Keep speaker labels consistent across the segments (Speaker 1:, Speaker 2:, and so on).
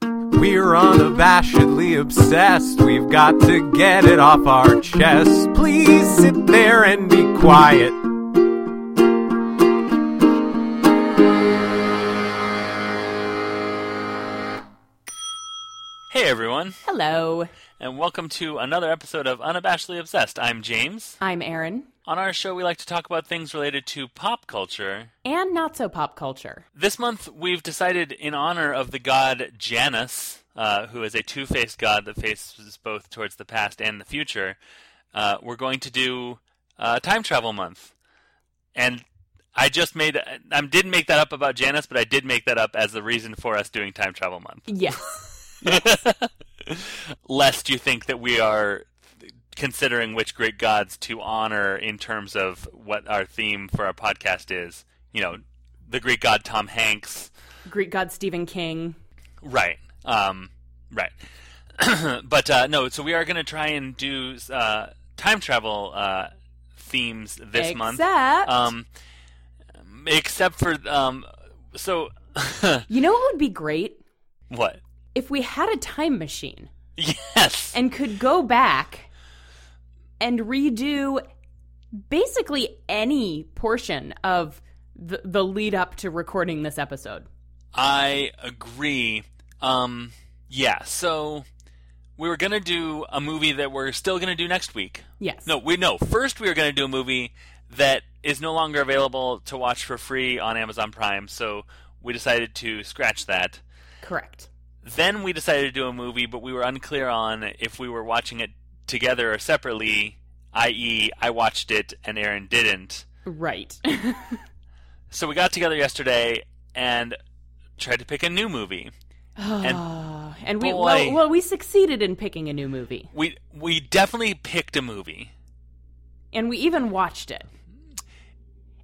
Speaker 1: We're unabashedly obsessed. We've got to get it off our chest. Please sit there and be quiet.
Speaker 2: Hey everyone,
Speaker 3: Hello,
Speaker 2: and welcome to another episode of Unabashedly Obsessed. I'm James.
Speaker 3: I'm Aaron,
Speaker 2: On our show, we like to talk about things related to pop culture.
Speaker 3: and not so pop culture.
Speaker 2: This month, we've decided in honor of the god Janus, uh, who is a two faced god that faces both towards the past and the future, uh, we're going to do uh, Time Travel Month. And I just made, I didn't make that up about Janus, but I did make that up as the reason for us doing Time Travel Month.
Speaker 3: Yes,
Speaker 2: Lest you think that we are considering which great gods to honor in terms of what our theme for our podcast is. You know, the Greek god Tom Hanks.
Speaker 3: Greek god Stephen King.
Speaker 2: Right. Um, right. but uh, no, so we are going to try and do uh, time travel uh, themes this month.
Speaker 3: Except-
Speaker 2: Um, except for. Um, so.
Speaker 3: You know what would be great
Speaker 2: what?
Speaker 3: if we had a time machine
Speaker 2: Yes.
Speaker 3: and could go back and redo basically any portion of the, the lead up to recording this episode.
Speaker 2: I agree. Um, yeah, so we were gonna do a movie that we're still gonna do next week.
Speaker 3: Yes.
Speaker 2: No, we no. First, we were gonna do a movie that is no longer available to watch for free on Amazon Prime, so we decided to scratch that.
Speaker 3: Correct.
Speaker 2: Then we decided to do a movie, but we were unclear on if we were watching it together or separately. I.e., I watched it and Aaron didn't.
Speaker 3: Right.
Speaker 2: So we got together yesterday and tried to pick a new movie.
Speaker 3: Ah. and, we
Speaker 2: boy.
Speaker 3: well, well we succeeded in picking a new movie,
Speaker 2: We we definitely picked a movie.
Speaker 3: and we even watched it,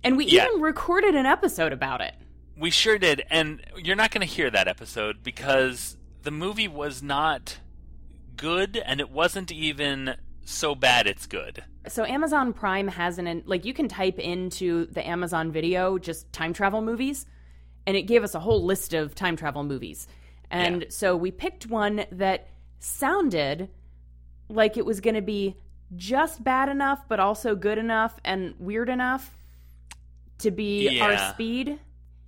Speaker 3: and we
Speaker 2: Yeah.
Speaker 3: even recorded an episode about it.
Speaker 2: We sure did, and you're not going to hear that episode because the movie was not good, and it wasn't even so bad it's good.
Speaker 3: So Amazon Prime has an like you can type into the Amazon Video just time travel movies, and it gave us a whole list of time travel movies, and
Speaker 2: Yeah.
Speaker 3: so we picked one that sounded like it was going to be just bad enough, but also good enough and weird enough to be
Speaker 2: Yeah.
Speaker 3: our speed.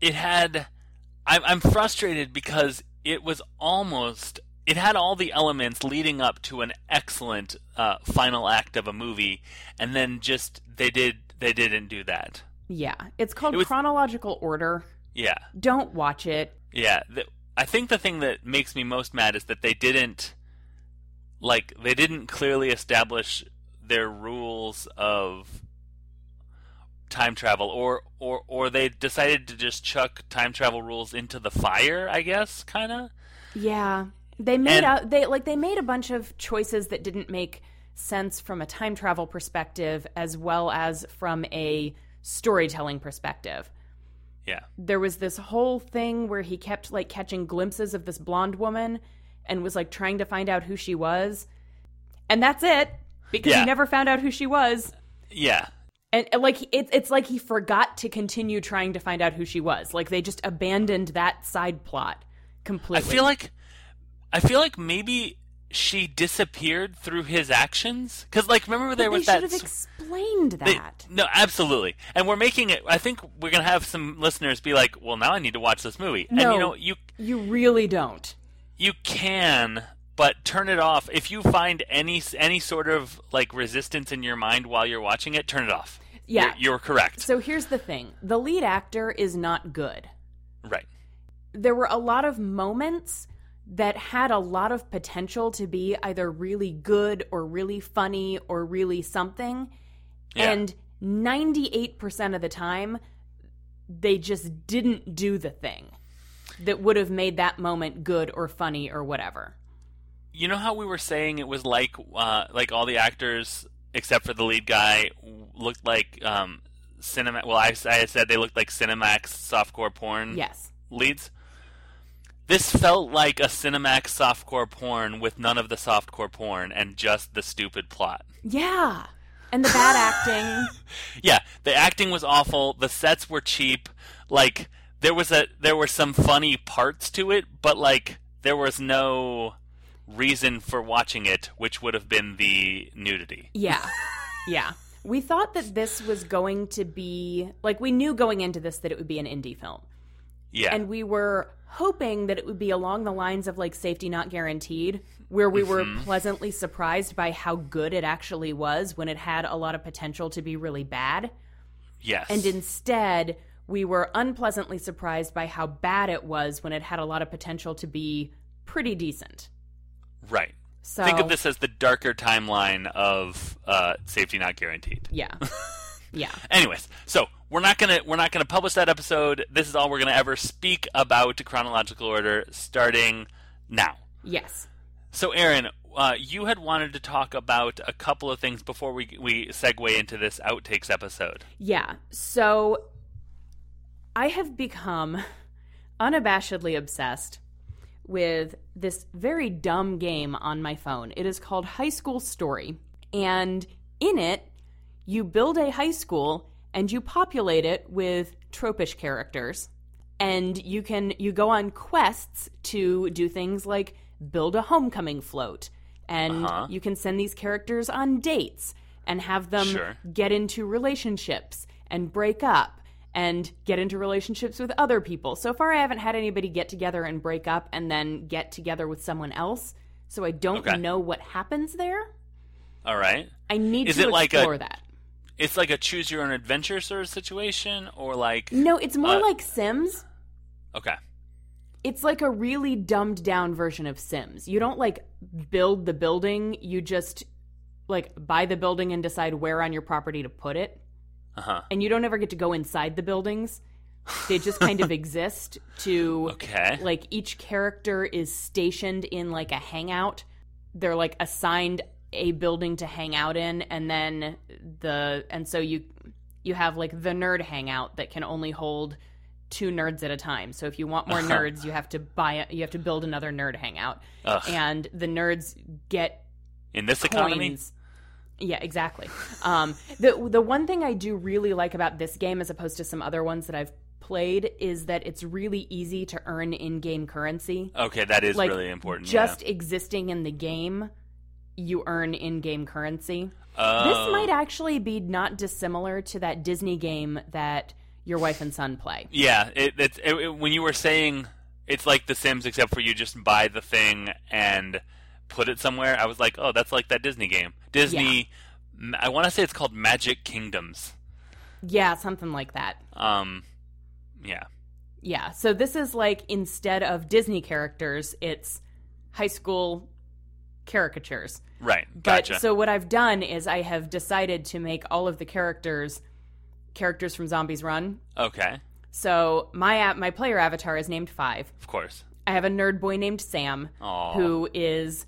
Speaker 2: It had. I'm, I'm frustrated because it was almost. It had all the elements leading up to an excellent uh, final act of a movie, and then just they did they didn't do that.
Speaker 3: Yeah, it's called
Speaker 2: It was-
Speaker 3: chronological order.
Speaker 2: Yeah.
Speaker 3: Don't watch it.
Speaker 2: Yeah, th I think the thing that makes me most mad is that they didn't like they didn't clearly establish their rules of time travel or or or they decided to just chuck time travel rules into the fire, I guess, kind of.
Speaker 3: Yeah, they made
Speaker 2: And-
Speaker 3: out they like they made a bunch of choices that didn't make sense from a time travel perspective as well as from a storytelling perspective.
Speaker 2: Yeah.
Speaker 3: There was this whole thing where he kept like catching glimpses of this blonde woman and was like trying to find out who she was. And that's it because
Speaker 2: Yeah.
Speaker 3: he never found out who she was.
Speaker 2: Yeah.
Speaker 3: And, and, like it, it's like he forgot to continue trying to find out who she was. Like they just abandoned that side plot
Speaker 2: I
Speaker 3: completely.
Speaker 2: feel like I feel like maybe she disappeared through his actions cuz like remember there
Speaker 3: they
Speaker 2: was
Speaker 3: should
Speaker 2: that
Speaker 3: have
Speaker 2: s-
Speaker 3: explained
Speaker 2: They-
Speaker 3: that.
Speaker 2: no, absolutely. And we're making it. I think we're gonna have some listeners be like, "Well, now I need to watch this movie." And
Speaker 3: No.
Speaker 2: you know, you
Speaker 3: you really don't.
Speaker 2: you can, but turn it off if you find any s- any sort of like resistance in your mind while you're watching it. Turn it off.
Speaker 3: Yeah.
Speaker 2: you're, you're correct.
Speaker 3: So here's the thing: the lead actor is not good.
Speaker 2: right.
Speaker 3: There were a lot of moments that had a lot of potential to be either really good or really funny or really something,
Speaker 2: Yeah.
Speaker 3: and 98% of the time they just didn't do the thing that would have made that moment good or funny or whatever.
Speaker 2: you know how we were saying it was like uh, like all the actors except for the lead guy w- looked like um, cinema. Well, I, s- I said they looked like Cinemax softcore porn.
Speaker 3: Yes.
Speaker 2: leads. This felt like a Cinemax softcore porn with none of the softcore porn and just the stupid plot.
Speaker 3: Yeah. And the bad acting.
Speaker 2: Yeah, the acting was awful, the sets were cheap, like there was a there were some funny parts to it, but like there was no reason for watching it, which would have been the nudity.
Speaker 3: Yeah. yeah. We thought that this was going to be like we knew going into this that it would be an indie film.
Speaker 2: Yeah.
Speaker 3: And we were hoping that it would be along the lines of like Safety Not Guaranteed, where we were
Speaker 2: Mm-hmm.
Speaker 3: pleasantly surprised by how good it actually was when it had a lot of potential to be really bad.
Speaker 2: yes.
Speaker 3: And instead, we were unpleasantly surprised by how bad it was when it had a lot of potential to be pretty decent.
Speaker 2: right.
Speaker 3: So
Speaker 2: Think of this as the darker timeline of uh, safety not guaranteed.
Speaker 3: Yeah. yeah.
Speaker 2: Anyways, so we're not gonna we're not gonna publish that episode. This is all we're gonna ever speak about chronological order starting now.
Speaker 3: Yes.
Speaker 2: So, Aaron, uh, you had wanted to talk about a couple of things before we we segue into this outtakes episode.
Speaker 3: Yeah. So I have become unabashedly obsessed with this very dumb game on my phone. It is called High School Story. And in it, you build a high school and you populate it with tropish characters. And you can you go on quests to do things like build a homecoming float and
Speaker 2: Uh-huh.
Speaker 3: you can send these characters on dates and have them
Speaker 2: Sure.
Speaker 3: get into relationships and break up and get into relationships with other people. So far, I haven't had anybody get together and break up and then get together with someone else. So I don't
Speaker 2: Okay.
Speaker 3: know what happens there.
Speaker 2: All right.
Speaker 3: I need
Speaker 2: Is
Speaker 3: to
Speaker 2: it like a-
Speaker 3: explore that.
Speaker 2: It's like a choose your own adventure sort of situation, or like
Speaker 3: No, it's more
Speaker 2: uh,
Speaker 3: like Sims.
Speaker 2: okay,
Speaker 3: It's like a really dumbed down version of Sims. You don't like build the building, you just like buy the building and decide where on your property to put it.
Speaker 2: uh huh,
Speaker 3: and you don't ever get to go inside the buildings. They just kind of exist to
Speaker 2: okay,
Speaker 3: like each character is stationed in like a hangout. They're like assigned a building to hang out in and then the and so you you have like the nerd hangout that can only hold two nerds at a time. So if you want
Speaker 2: Uh-huh.
Speaker 3: more nerds, you have to buy a, you have to build another nerd hangout.
Speaker 2: Ugh.
Speaker 3: And the nerds get
Speaker 2: in this economy,
Speaker 3: coins. Yeah, exactly. Um, the the one thing I do really like about this game, as opposed to some other ones that I've played, is that it's really easy to earn in-game currency.
Speaker 2: okay, that is
Speaker 3: like,
Speaker 2: really important.
Speaker 3: Just existing in the game, you earn in-game currency.
Speaker 2: yeah. Uh,
Speaker 3: This might actually be not dissimilar to that Disney game that your wife and son play.
Speaker 2: yeah. It, it's it, it- when you were saying it's like The Sims, except for you just buy the thing and put it somewhere. I was like, oh, that's like that Disney game, Disney. ma- I want to say it's called Magic Kingdoms.
Speaker 3: Yeah, something like that.
Speaker 2: Um, yeah.
Speaker 3: Yeah. So this is like instead of Disney characters, it's high school caricatures.
Speaker 2: Right.
Speaker 3: But
Speaker 2: Gotcha.
Speaker 3: so what I've done is I have decided to make all of the characters characters from Zombies Run.
Speaker 2: okay.
Speaker 3: So my app, my player avatar is named Five.
Speaker 2: Of course.
Speaker 3: I have a nerd boy named Sam
Speaker 2: Aw.
Speaker 3: who is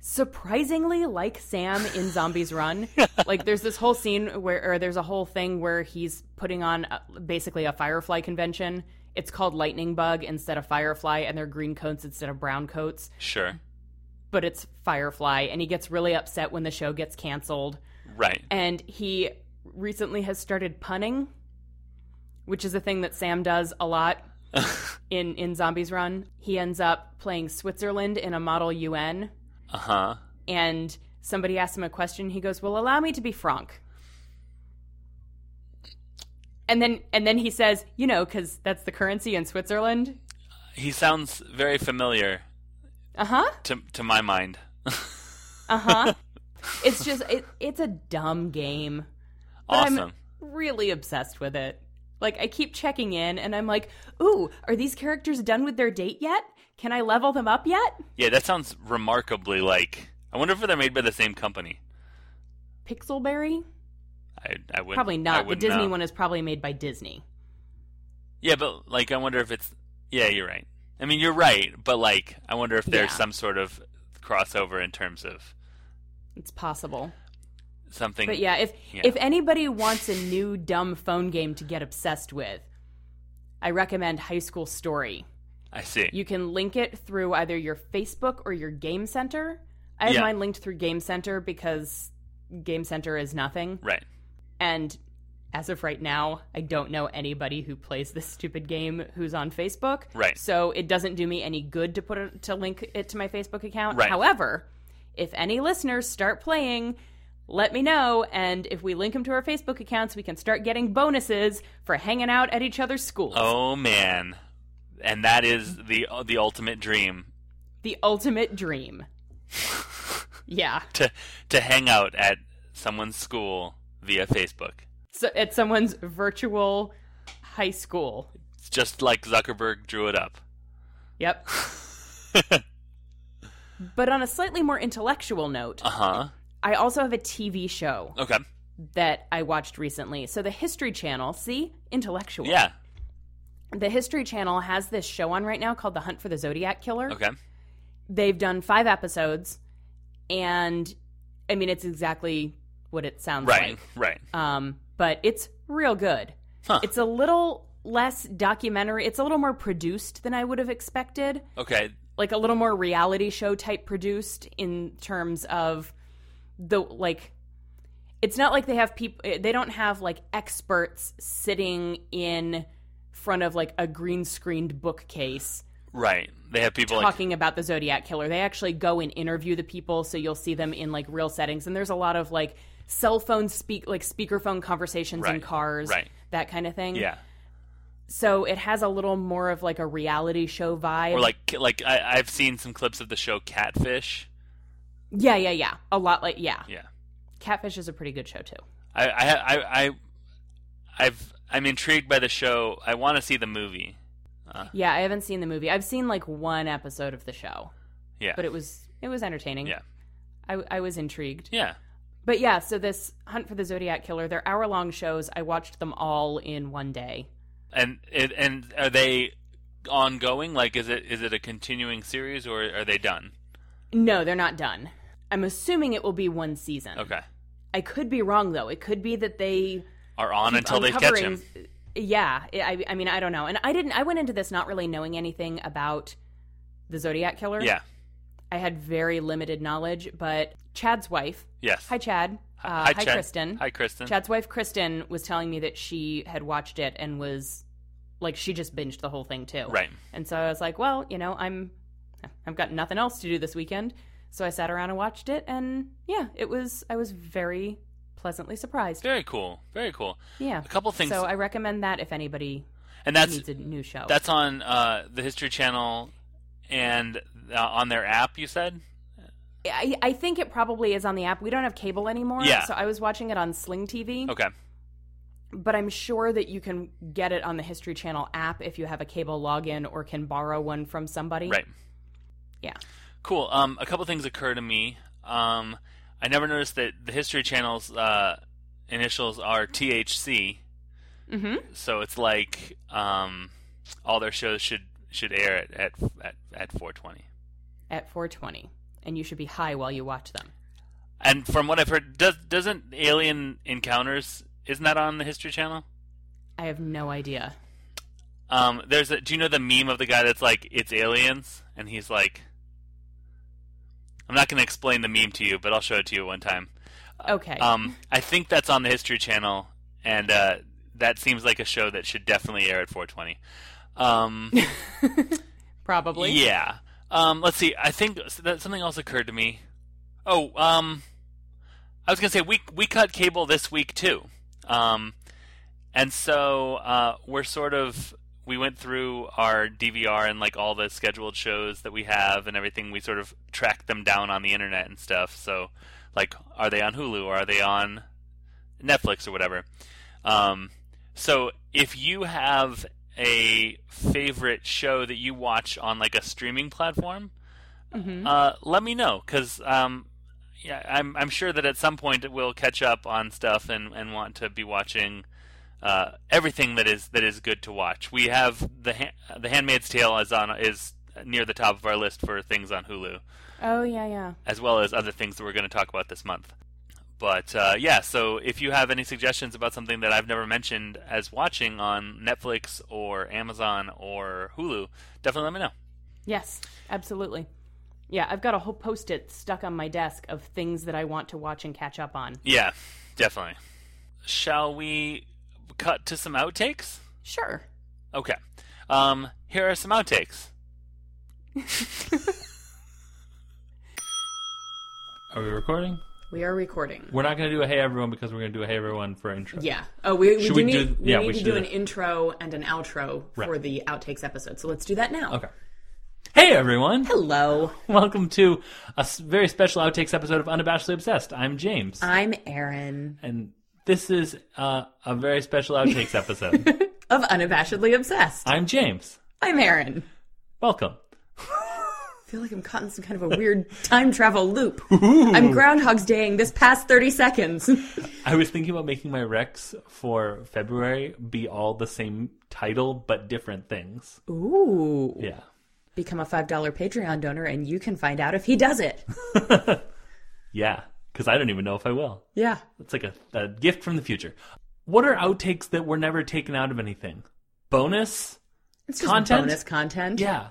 Speaker 3: surprisingly like Sam in Zombies Run. like there's this whole scene where or there's a whole thing where he's putting on uh basically a firefly convention. It's called lightning bug instead of firefly and they're green coats instead of brown coats,
Speaker 2: Sure.
Speaker 3: but it's firefly and he gets really upset when the show gets canceled
Speaker 2: Right.
Speaker 3: and he recently has started punning, which is a thing that Sam does a lot in in Zombies Run. He ends up playing Switzerland in a Model UN,
Speaker 2: Uh huh.
Speaker 3: and somebody asks him a question. He goes, "Well, allow me to be frank." And then and then he says, "You know, because that's the currency in Switzerland."
Speaker 2: He sounds very familiar
Speaker 3: Uh huh.
Speaker 2: to to my mind.
Speaker 3: Uh huh. it's just it, it's a dumb game. But I'm-
Speaker 2: awesome.
Speaker 3: really obsessed with it. Like I keep checking in and I'm like, "Ooh, are these characters done with their date yet? Can I level them up yet?"
Speaker 2: Yeah, that sounds remarkably like. I wonder if they're made by the same company.
Speaker 3: Pixelberry?
Speaker 2: I I would
Speaker 3: Probably
Speaker 2: I
Speaker 3: not. The
Speaker 2: wouldn't
Speaker 3: Disney
Speaker 2: know.
Speaker 3: one is probably made by Disney.
Speaker 2: Yeah, but like I wonder if it's. Yeah, you're right. I mean, you're right, but like I wonder if there's
Speaker 3: Yeah.
Speaker 2: some sort of crossover in terms of
Speaker 3: It's possible.
Speaker 2: something.
Speaker 3: But yeah, if
Speaker 2: Yeah.
Speaker 3: if anybody wants a new dumb phone game to get obsessed with, I recommend High School Story.
Speaker 2: I see.
Speaker 3: You can link it through either your Facebook or your Game Center. I have
Speaker 2: Yeah.
Speaker 3: mine linked through Game Center because Game Center is nothing.
Speaker 2: right.
Speaker 3: and as of right now, I don't know anybody who plays this stupid game who's on Facebook.
Speaker 2: Right.
Speaker 3: So it doesn't do me any good to put it, to link it to my Facebook account.
Speaker 2: Right.
Speaker 3: However, if any listeners start playing, let me know, and if we link them to our Facebook accounts, we can start getting bonuses for hanging out at each other's schools.
Speaker 2: Oh man, and that is the the ultimate dream
Speaker 3: The ultimate dream. yeah.
Speaker 2: to to hang out at someone's school via Facebook.
Speaker 3: So at someone's virtual high school.
Speaker 2: It's just like Zuckerberg drew it up.
Speaker 3: Yep. but on a slightly more intellectual note,
Speaker 2: Uh huh.
Speaker 3: I also have a TV show
Speaker 2: Okay.
Speaker 3: that I watched recently. So the History Channel, see? Intellectual.
Speaker 2: Yeah.
Speaker 3: The History Channel has this show on right now called The Hunt for the Zodiac Killer.
Speaker 2: Okay.
Speaker 3: They've done five episodes, and I mean, it's exactly what it sounds
Speaker 2: Right.
Speaker 3: like.
Speaker 2: Right.
Speaker 3: Um, but it's real good.
Speaker 2: Huh.
Speaker 3: It's a little less documentary, it's a little more produced than I would have expected.
Speaker 2: Okay.
Speaker 3: like a little more reality show type produced in terms of the like it's not like they have people they don't have like experts sitting in front of like a green screened bookcase
Speaker 2: Right. They have people like
Speaker 3: talking about the zodiac killer they actually go and interview the people so you'll see them in like real settings and there's a lot of like cell phone speak like speakerphone conversations in
Speaker 2: Right,
Speaker 3: cars
Speaker 2: right.
Speaker 3: that kind of thing
Speaker 2: yeah.
Speaker 3: so it has a little more of like a reality show vibe
Speaker 2: Or like like I, I've seen some clips of the show Catfish.
Speaker 3: yeah yeah yeah a lot like yeah
Speaker 2: Yeah.
Speaker 3: Catfish is a pretty good show too.
Speaker 2: I I I, I I've I'm intrigued by the show. I want to see the movie. Uh.
Speaker 3: Yeah, I haven't seen the movie. I've seen like one episode of the show,
Speaker 2: Yeah.
Speaker 3: but it was it was entertaining.
Speaker 2: yeah.
Speaker 3: I, I was intrigued.
Speaker 2: Yeah.
Speaker 3: But yeah, so this Hunt for the Zodiac Killer, they're hour long shows. I watched them all in one day.
Speaker 2: And it, and are they ongoing? Like, is it is it a continuing series or are they done?
Speaker 3: No, they're not done. I'm assuming it will be one season.
Speaker 2: Okay,
Speaker 3: I could be wrong though. It could be that they
Speaker 2: are on until they catch him.
Speaker 3: uncovering- Yeah, I, I mean I don't know. And I didn't. I went into this not really knowing anything about the Zodiac Killer.
Speaker 2: Yeah.
Speaker 3: I had very limited knowledge. But Chad's wife,
Speaker 2: Yes.
Speaker 3: Hi, Chad. Uh, hi,
Speaker 2: Chad.
Speaker 3: Kristen.
Speaker 2: Hi, Kristen.
Speaker 3: Chad's wife, Kristen, was telling me that she had watched it and was like, she just binged the whole thing too.
Speaker 2: Right.
Speaker 3: And so I was like, well, you know, I'm, I've got nothing else to do this weekend, so I sat around and watched it, and yeah, it was. I was very pleasantly surprised.
Speaker 2: Very cool. Very cool.
Speaker 3: Yeah.
Speaker 2: A couple things,
Speaker 3: So I recommend that if anybody
Speaker 2: and that's
Speaker 3: needs a new show.
Speaker 2: that's on uh, the History Channel and uh, on their app. You said.
Speaker 3: Mm-hmm. I, I think it probably is on the app. We don't have cable anymore,
Speaker 2: Yeah.
Speaker 3: so I was watching it on Sling TV.
Speaker 2: Okay.
Speaker 3: but I'm sure that you can get it on the History Channel app if you have a cable login or can borrow one from somebody.
Speaker 2: Right.
Speaker 3: Yeah.
Speaker 2: Cool. Um, a couple things occur to me. Um, I never noticed that the History Channel's uh, initials are THC,
Speaker 3: Mm-hmm.
Speaker 2: so it's like um, all their shows should should air at at at, at 420.
Speaker 3: At 420. And you should be high while you watch them.
Speaker 2: And from what I've heard, does doesn't Alien Encounters isn't that on the History Channel?
Speaker 3: I have no idea.
Speaker 2: Um, there's a, do you know the meme of the guy that's like it's aliens and he's like I'm not going to explain the meme to you, but I'll show it to you one time.
Speaker 3: Okay.
Speaker 2: Um, I think that's on the History Channel, and uh, that seems like a show that should definitely air at 420. Um,
Speaker 3: Probably.
Speaker 2: yeah. Um, let's see. I think s- that something else occurred to me. Oh, um, I was gonna say we we cut cable this week too, um, and so uh, we're sort of we went through our DVR and like all the scheduled shows that we have and everything. We sort of tracked them down on the internet and stuff. So, like, are they on Hulu or are they on Netflix or whatever? Um, so if you have a favorite show that you watch on like a streaming platform,
Speaker 3: Mhm.
Speaker 2: uh, let me know because um, yeah, I'm I'm sure that at some point we'll catch up on stuff and, and want to be watching uh, everything that is that is good to watch. We have the ha- the Handmaid's Tale is on is near the top of our list for things on Hulu
Speaker 3: Oh, yeah, yeah.
Speaker 2: as well as other things that we're going to talk about this month. But uh, yeah, so if you have any suggestions about something that I've never mentioned as watching on Netflix or Amazon or Hulu, definitely let me know.
Speaker 3: Yes, absolutely. Yeah, I've got a whole post it stuck on my desk of things that I want to watch and catch up on.
Speaker 2: Yeah, definitely. Shall we
Speaker 4: cut to some outtakes?
Speaker 3: Sure.
Speaker 4: Okay. Um, here are some outtakes.
Speaker 2: Are we recording?
Speaker 3: We are recording.
Speaker 2: We're not going to do a hey everyone because we're going to do a hey everyone for intro.
Speaker 3: Yeah. Oh, we, we
Speaker 2: Should
Speaker 3: do
Speaker 2: we
Speaker 3: need,
Speaker 2: do-
Speaker 3: we
Speaker 2: yeah,
Speaker 3: need
Speaker 2: we
Speaker 3: to
Speaker 2: should
Speaker 3: do
Speaker 2: do
Speaker 3: an
Speaker 2: that.
Speaker 3: intro and an outro for
Speaker 2: Right.
Speaker 3: the outtakes episode. So let's do that now.
Speaker 2: Okay. Hey everyone!
Speaker 3: Hello,
Speaker 2: Welcome to a s- very special outtakes episode of Unabashedly Obsessed. I'm James,
Speaker 3: I'm Erin
Speaker 2: and this is uh, a very special outtakes episode.
Speaker 3: of Unabashedly Obsessed.
Speaker 2: I'm James.
Speaker 3: I'm Erin.
Speaker 2: Welcome.
Speaker 3: I feel like I'm caught in some kind of a weird time travel loop. I'm Groundhog's Daying this past 30 seconds.
Speaker 2: I was thinking about making my recs for February be all the same title but different things.
Speaker 3: Ooh.
Speaker 2: Yeah.
Speaker 3: Become a $5 Patreon donor and you can find out if he does it.
Speaker 2: Yeah. Because I don't even know if I will.
Speaker 3: Yeah.
Speaker 2: It's like a, a gift from the future. What are outtakes that were never taken out of anything? Bonus?
Speaker 3: It's just
Speaker 2: Content?
Speaker 3: bonus content.
Speaker 2: Yeah.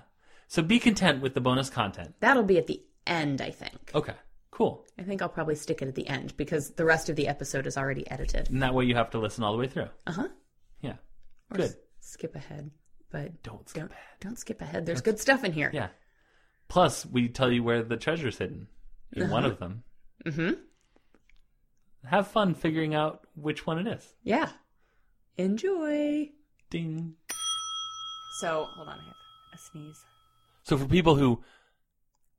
Speaker 2: So be content with the bonus content.
Speaker 3: That'll be at the end, I think.
Speaker 2: Okay. Cool.
Speaker 3: I think I'll probably stick it at the end because the rest of the episode is already edited.
Speaker 2: And that way you have to listen all the way through.
Speaker 3: Uh huh.
Speaker 2: Yeah.
Speaker 3: Or
Speaker 2: Good.
Speaker 3: s- skip ahead, but
Speaker 2: Don't skip
Speaker 3: don't
Speaker 2: ahead.
Speaker 3: don't skip ahead. There's good stuff in here.
Speaker 2: Yeah. Plus, we tell you where the treasure's hidden in
Speaker 3: Uh-huh.
Speaker 2: one of them.
Speaker 3: Mhm.
Speaker 2: Have fun figuring out which one it is.
Speaker 3: Yeah. Enjoy.
Speaker 2: Ding.
Speaker 3: So hold on, I have a sneeze.
Speaker 2: So for people who,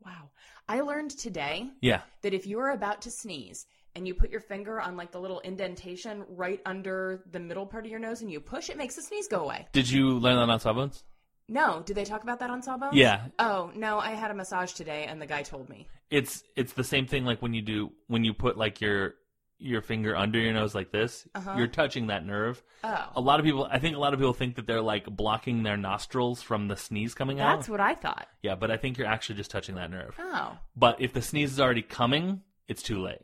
Speaker 3: Wow. I learned today
Speaker 2: yeah,
Speaker 3: that if you are about to sneeze and you put your finger on like the little indentation right under the middle part of your nose and you push, it makes the sneeze go away.
Speaker 2: did you learn that on Sawbones?
Speaker 3: No, did they talk about that on Sawbones?
Speaker 2: Yeah.
Speaker 3: Oh no, I had a massage today and the guy told me.
Speaker 2: It's it's the same thing like when you do when you put like your your finger under your nose like this,
Speaker 3: Uh-huh.
Speaker 2: you're touching that nerve.
Speaker 3: Oh.
Speaker 2: A lot of people, I think a lot of people think that they're like blocking their nostrils from the sneeze coming
Speaker 3: That's
Speaker 2: out.
Speaker 3: what I thought.
Speaker 2: Yeah, but I think you're actually just touching that nerve.
Speaker 3: Oh.
Speaker 2: But if the sneeze is already coming, it's too late.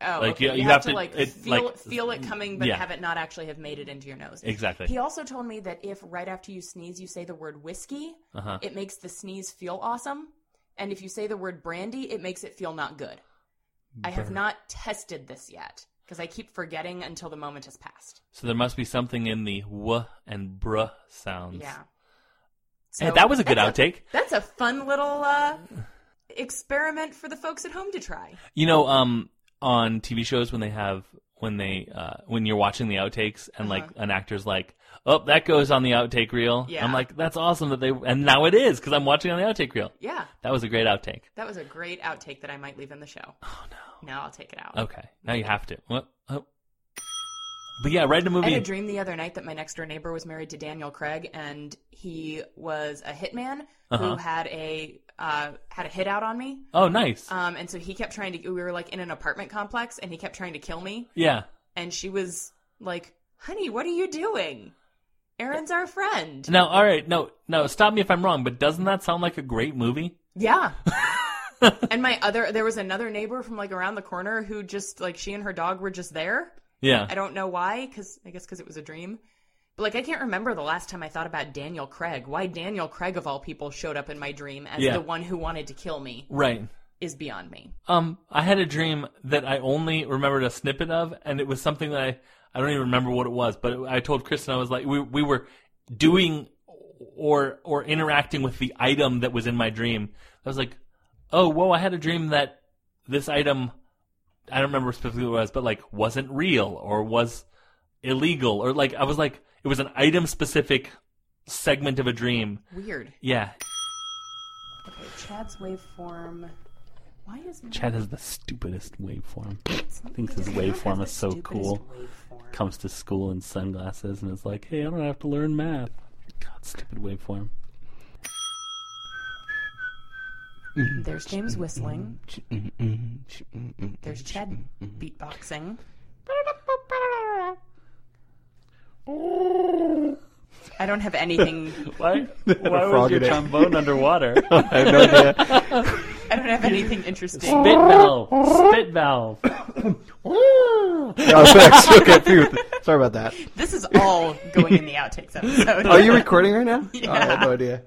Speaker 3: Oh,
Speaker 2: Like,
Speaker 3: okay.
Speaker 2: you-
Speaker 3: you,
Speaker 2: you
Speaker 3: have,
Speaker 2: have
Speaker 3: to,
Speaker 2: to-
Speaker 3: like
Speaker 2: it,
Speaker 3: feel
Speaker 2: like,
Speaker 3: feel it coming, but
Speaker 2: yeah.
Speaker 3: have it not actually have made it into your nose.
Speaker 2: Exactly.
Speaker 3: He also told me that if right after you sneeze you say the word whiskey,
Speaker 2: Uh-huh.
Speaker 3: it makes the sneeze feel awesome, and if you say the word brandy, it makes it feel not good. I have
Speaker 2: Bur-
Speaker 3: not tested this yet because I keep forgetting until the moment has passed.
Speaker 2: So there must be something in the w and br sounds.
Speaker 3: Yeah.
Speaker 2: Hey, that was a good
Speaker 3: that's
Speaker 2: outtake.
Speaker 3: that's a fun little uh, experiment for the folks at home to try.
Speaker 2: You know, um, on TV shows when they have when they uh, when you're watching the outtakes and like an actor's like, "Oh, that goes on the outtake reel."
Speaker 3: Uh-huh. Yeah.
Speaker 2: I'm like, "That's awesome that they," and now it is because I'm watching on the outtake reel.
Speaker 3: Yeah,
Speaker 2: That was a great outtake.
Speaker 3: that was a great outtake that I might leave in the show. Oh no! Now I'll take it out.
Speaker 2: Okay, now you have to. What? Oh. But yeah, right in a
Speaker 3: I
Speaker 2: movie.
Speaker 3: had a dream the other night that my next door neighbor was married to Daniel Craig, and he was a hitman who
Speaker 2: Uh-huh.
Speaker 3: had a uh, had a hit out on me.
Speaker 2: oh, nice.
Speaker 3: Um, and so he kept trying to. We were like in an apartment complex, and he kept trying to kill me.
Speaker 2: yeah.
Speaker 3: And she was like, "Honey, what are you doing? Aaron's our friend."
Speaker 2: Now, all right, no, no, stop me if I'm wrong, but doesn't that sound like a great movie?
Speaker 3: Yeah. and my other, there was another neighbor from like around the corner who just like she and her dog were just there. I
Speaker 2: Yeah.
Speaker 3: don't know why, because I guess because it was a dream. But like, I can't remember the last time I thought about Daniel Craig. Why Daniel Craig of all people showed up in my dream as
Speaker 2: Yeah.
Speaker 3: the one who wanted to kill me
Speaker 2: Right.
Speaker 3: is beyond me.
Speaker 2: Um, I had a dream that I only remembered a snippet of, and it was something that I I don't even remember what it was, but it, I told Kristen I was like, we we were doing or or interacting with the item that was in my dream. I was like, oh whoa, I had a dream that this item I don't remember specifically what it was, but like wasn't real or was illegal or like I was like it was an item specific segment of a dream.
Speaker 3: Weird.
Speaker 2: Yeah,
Speaker 3: Okay, Chad's waveform. Why is
Speaker 2: Chad has the stupidest waveform. Thinks his waveform is so cool. comes to school in sunglasses and is like, "Hey, I don't have to learn math." God, stupid waveform.
Speaker 3: There's James whistling. There's Chad beatboxing. I don't have anything.
Speaker 2: Why? Why was
Speaker 1: frog
Speaker 2: your
Speaker 1: in it.
Speaker 2: trombone underwater? Spit
Speaker 1: I have no idea.
Speaker 3: I don't have anything interesting.
Speaker 2: valve. Spit valve.
Speaker 1: No, thanks. Okay, I agree with it. Sorry about that.
Speaker 3: This is all going in the outtakes episode.
Speaker 1: Are you recording right now?
Speaker 3: Yeah.
Speaker 1: Oh, I had no idea.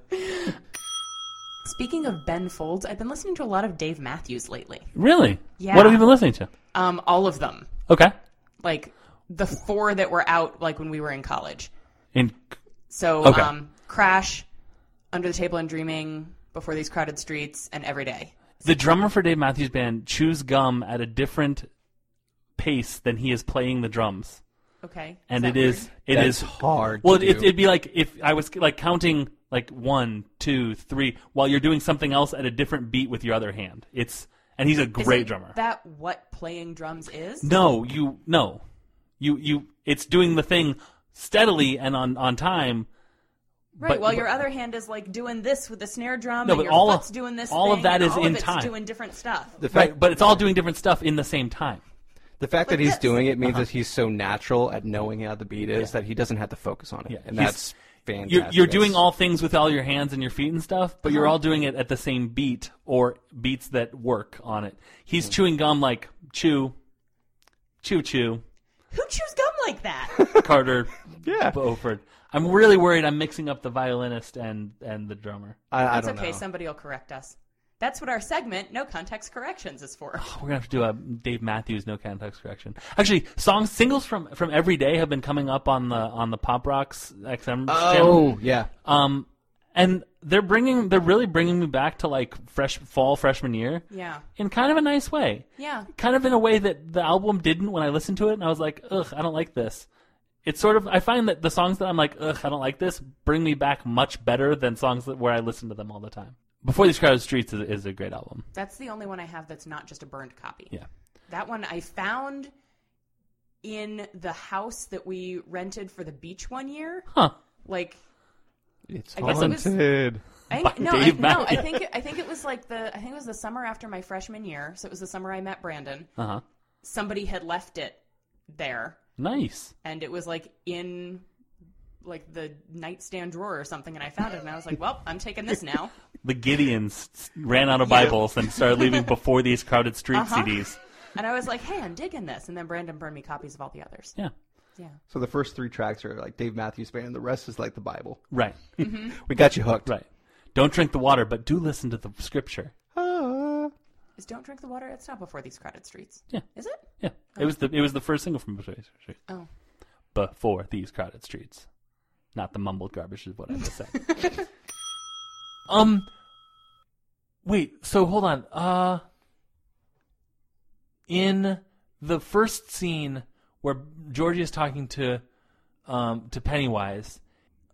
Speaker 3: Speaking of Ben Folds, I've been listening to a lot of Dave Matthews lately.
Speaker 2: Really?
Speaker 3: Yeah.
Speaker 2: What have you been listening to?
Speaker 3: Um, all of them.
Speaker 2: Okay.
Speaker 3: Like the four that were out like when we were in college.
Speaker 5: In
Speaker 3: So
Speaker 5: Okay.
Speaker 3: um, Crash, Under the Table and Dreaming, Before These Crowded Streets, and Every Day.
Speaker 2: the drummer for Dave Matthews Band chews gum at a different pace than he is playing the drums,
Speaker 3: Okay.
Speaker 2: and
Speaker 3: it
Speaker 2: it
Speaker 3: is.
Speaker 2: is it
Speaker 1: That's
Speaker 2: is
Speaker 1: hard
Speaker 2: Well,
Speaker 1: to
Speaker 2: it,
Speaker 1: do.
Speaker 2: it'd be like if I was like counting like one, two, three, while you're doing something else at a different beat with your other hand. It's and he's a great
Speaker 3: Isn't
Speaker 2: drummer.
Speaker 3: That what playing drums is?
Speaker 2: no, you no, you you. It's doing the thing steadily and on on time.
Speaker 3: right.
Speaker 2: but-
Speaker 3: well,
Speaker 2: but-
Speaker 3: your other hand is like doing this with the snare drum,
Speaker 2: No,
Speaker 3: and
Speaker 2: but
Speaker 3: your
Speaker 2: all of-
Speaker 3: foot's doing this.
Speaker 2: all of
Speaker 3: thing,
Speaker 2: that
Speaker 3: and
Speaker 2: is
Speaker 3: all
Speaker 2: in
Speaker 3: of it's
Speaker 2: time.
Speaker 3: doing different stuff.
Speaker 1: The fact,
Speaker 2: Right, but it's all doing different stuff in the same time.
Speaker 1: the fact that
Speaker 3: Like
Speaker 1: he's
Speaker 3: this.
Speaker 1: doing it means that he's so natural at knowing how the beat is that he doesn't have to focus on it, and
Speaker 2: He's-
Speaker 1: that's fantastic. Uh-huh.
Speaker 2: You're, you're
Speaker 1: That's-
Speaker 2: doing all things with all your hands and your feet and stuff, but you're all doing it at the same beat or beats that work on it. He's
Speaker 1: Hmm.
Speaker 2: chewing gum like chew, chew, chew.
Speaker 3: Who chews gum like that?
Speaker 2: Carter
Speaker 1: Yeah,
Speaker 2: Beauford. I'm really worried I'm mixing up the violinist and and the drummer.
Speaker 1: I, I
Speaker 3: That's
Speaker 1: don't
Speaker 3: okay.
Speaker 1: know.
Speaker 3: Somebody will correct us. That's what our segment, No Context Corrections, is for.
Speaker 2: We're gonna have to do a Dave Matthews no context correction. Actually, songs singles from from every day have been coming up on the on the pop rocks XM.
Speaker 1: Oh yeah,
Speaker 2: channel. Um, and they're bringing they're really bringing me back to like fresh fall freshman year
Speaker 3: Yeah.
Speaker 2: in kind of a nice way.
Speaker 3: Yeah.
Speaker 2: Kind of in a way that the album didn't when I listened to it, and I was like, ugh, I don't like this. It's sort of I find that the songs that I'm like, ugh, I don't like this, bring me back much better than songs that, where I listen to them all the time. Before these crowded streets is, is a great album.
Speaker 3: That's the only one I have that's not just a burned copy.
Speaker 2: Yeah.
Speaker 3: That one I found in the house that we rented for the beach one year.
Speaker 2: Huh.
Speaker 3: Like
Speaker 1: it's
Speaker 3: I guess it was-
Speaker 1: haunted.
Speaker 3: I
Speaker 2: By
Speaker 3: think, no,
Speaker 2: Dave
Speaker 3: I, no, I
Speaker 2: Matthews.
Speaker 3: think it, I think it was like the I think it was the summer after my freshman year. So it was the summer I met Brandon.
Speaker 2: Uh huh.
Speaker 3: Somebody had left it there,
Speaker 2: Nice.
Speaker 3: and it was like in like the nightstand drawer or something. And I found it, and I was like, "Well, I'm taking this now."
Speaker 2: The Gideons s- ran out of
Speaker 3: Yeah.
Speaker 2: Bibles and started leaving before these crowded street
Speaker 3: Uh-huh.
Speaker 2: CDs.
Speaker 3: And I was like, "Hey, I'm digging this." And then Brandon burned me copies of all the others.
Speaker 2: Yeah.
Speaker 3: Yeah.
Speaker 1: So the first three tracks are like Dave Matthews Band. The rest is like the Bible.
Speaker 2: Right.
Speaker 1: We got you hooked.
Speaker 2: right. Don't drink the water, but do listen to the scripture.
Speaker 1: Ah.
Speaker 3: Is don't drink the water. It's not before these crowded streets.
Speaker 2: Yeah.
Speaker 3: Is it?
Speaker 2: Yeah. It was the it was the first single from Before These Crowded Streets.
Speaker 3: Oh.
Speaker 2: Before these crowded streets. Not the mumbled garbage is what I just said. um wait, so hold on. Uh in the first scene where Georgie is talking to um to Pennywise.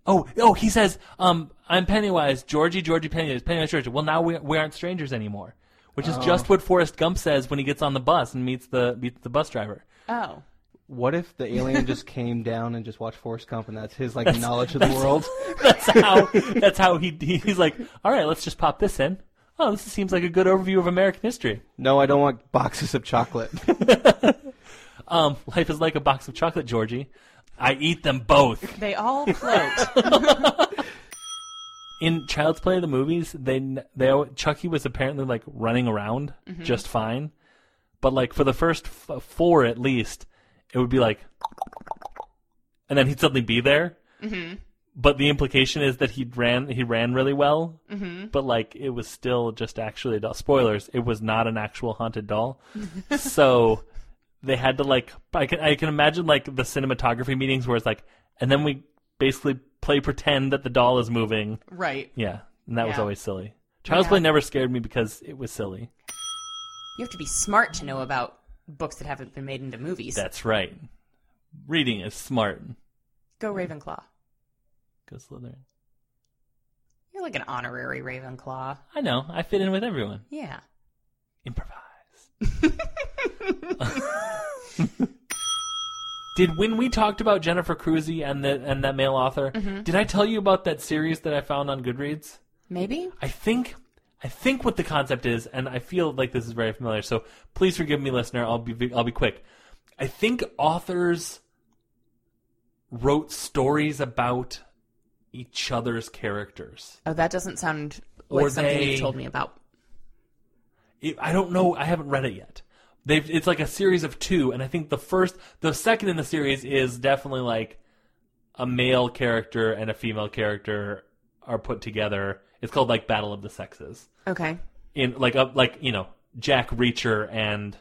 Speaker 2: Oh, oh, he says, um, I'm Pennywise, Georgie, Georgie, Pennywise, Pennywise, Georgie. Well, now we, we aren't strangers anymore, which is just what Forrest Gump says when he gets on the bus and meets the meets the bus driver.
Speaker 3: Oh.
Speaker 1: What if the alien just came down and just watched Forrest Gump, and that's his like knowledge of the world?
Speaker 2: that's how that's how he he's like, all right, let's just pop this in. Oh, this seems like a good overview of American history.
Speaker 1: No, I don't want boxes of chocolate.
Speaker 2: Um, life is like a box of chocolate, Georgie. I eat them both.
Speaker 3: They all float.
Speaker 2: In Child's Play, the movies, they they al- Chucky was apparently like running around just fine, but like for the first f- four at least, it would be like, and then he'd suddenly be there. But the implication is that he ran he ran really well, but like it was still just actually a doll. Spoilers: it was not an actual haunted doll. so they had to like I can I can imagine like the cinematography meetings where it's like, and then we basically play pretend that the doll is moving.
Speaker 3: right.
Speaker 2: Yeah, and that was
Speaker 3: Yeah.
Speaker 2: always silly. Child's
Speaker 3: Yeah.
Speaker 2: Play never scared me because it was silly.
Speaker 3: You have to be smart to know about books that haven't been made into movies.
Speaker 2: That's right. Reading is smart.
Speaker 3: Go Ravenclaw.
Speaker 2: Go Slytherin.
Speaker 3: You're like an honorary Ravenclaw.
Speaker 2: I know. I fit in with everyone.
Speaker 3: Yeah.
Speaker 2: Improvise. did when we talked about Jennifer Cruzy and the and that male author, did I tell you about that series that I found on Goodreads?
Speaker 3: Maybe?
Speaker 2: I think I think what the concept is, and I feel like this is very familiar. So please forgive me, listener. I'll be I'll be quick. I think authors wrote stories about each other's characters.
Speaker 3: Oh, that doesn't sound like
Speaker 2: Or
Speaker 3: something
Speaker 2: they-
Speaker 3: you've told me about.
Speaker 2: It, I don't know. I haven't read it yet. They've, it's like a series of two, and I think the first, the second in the series is definitely like a male character and a female character are put together. It's called like Battle of the Sexes.
Speaker 3: Okay.
Speaker 2: in like up like you know Jack Reacher and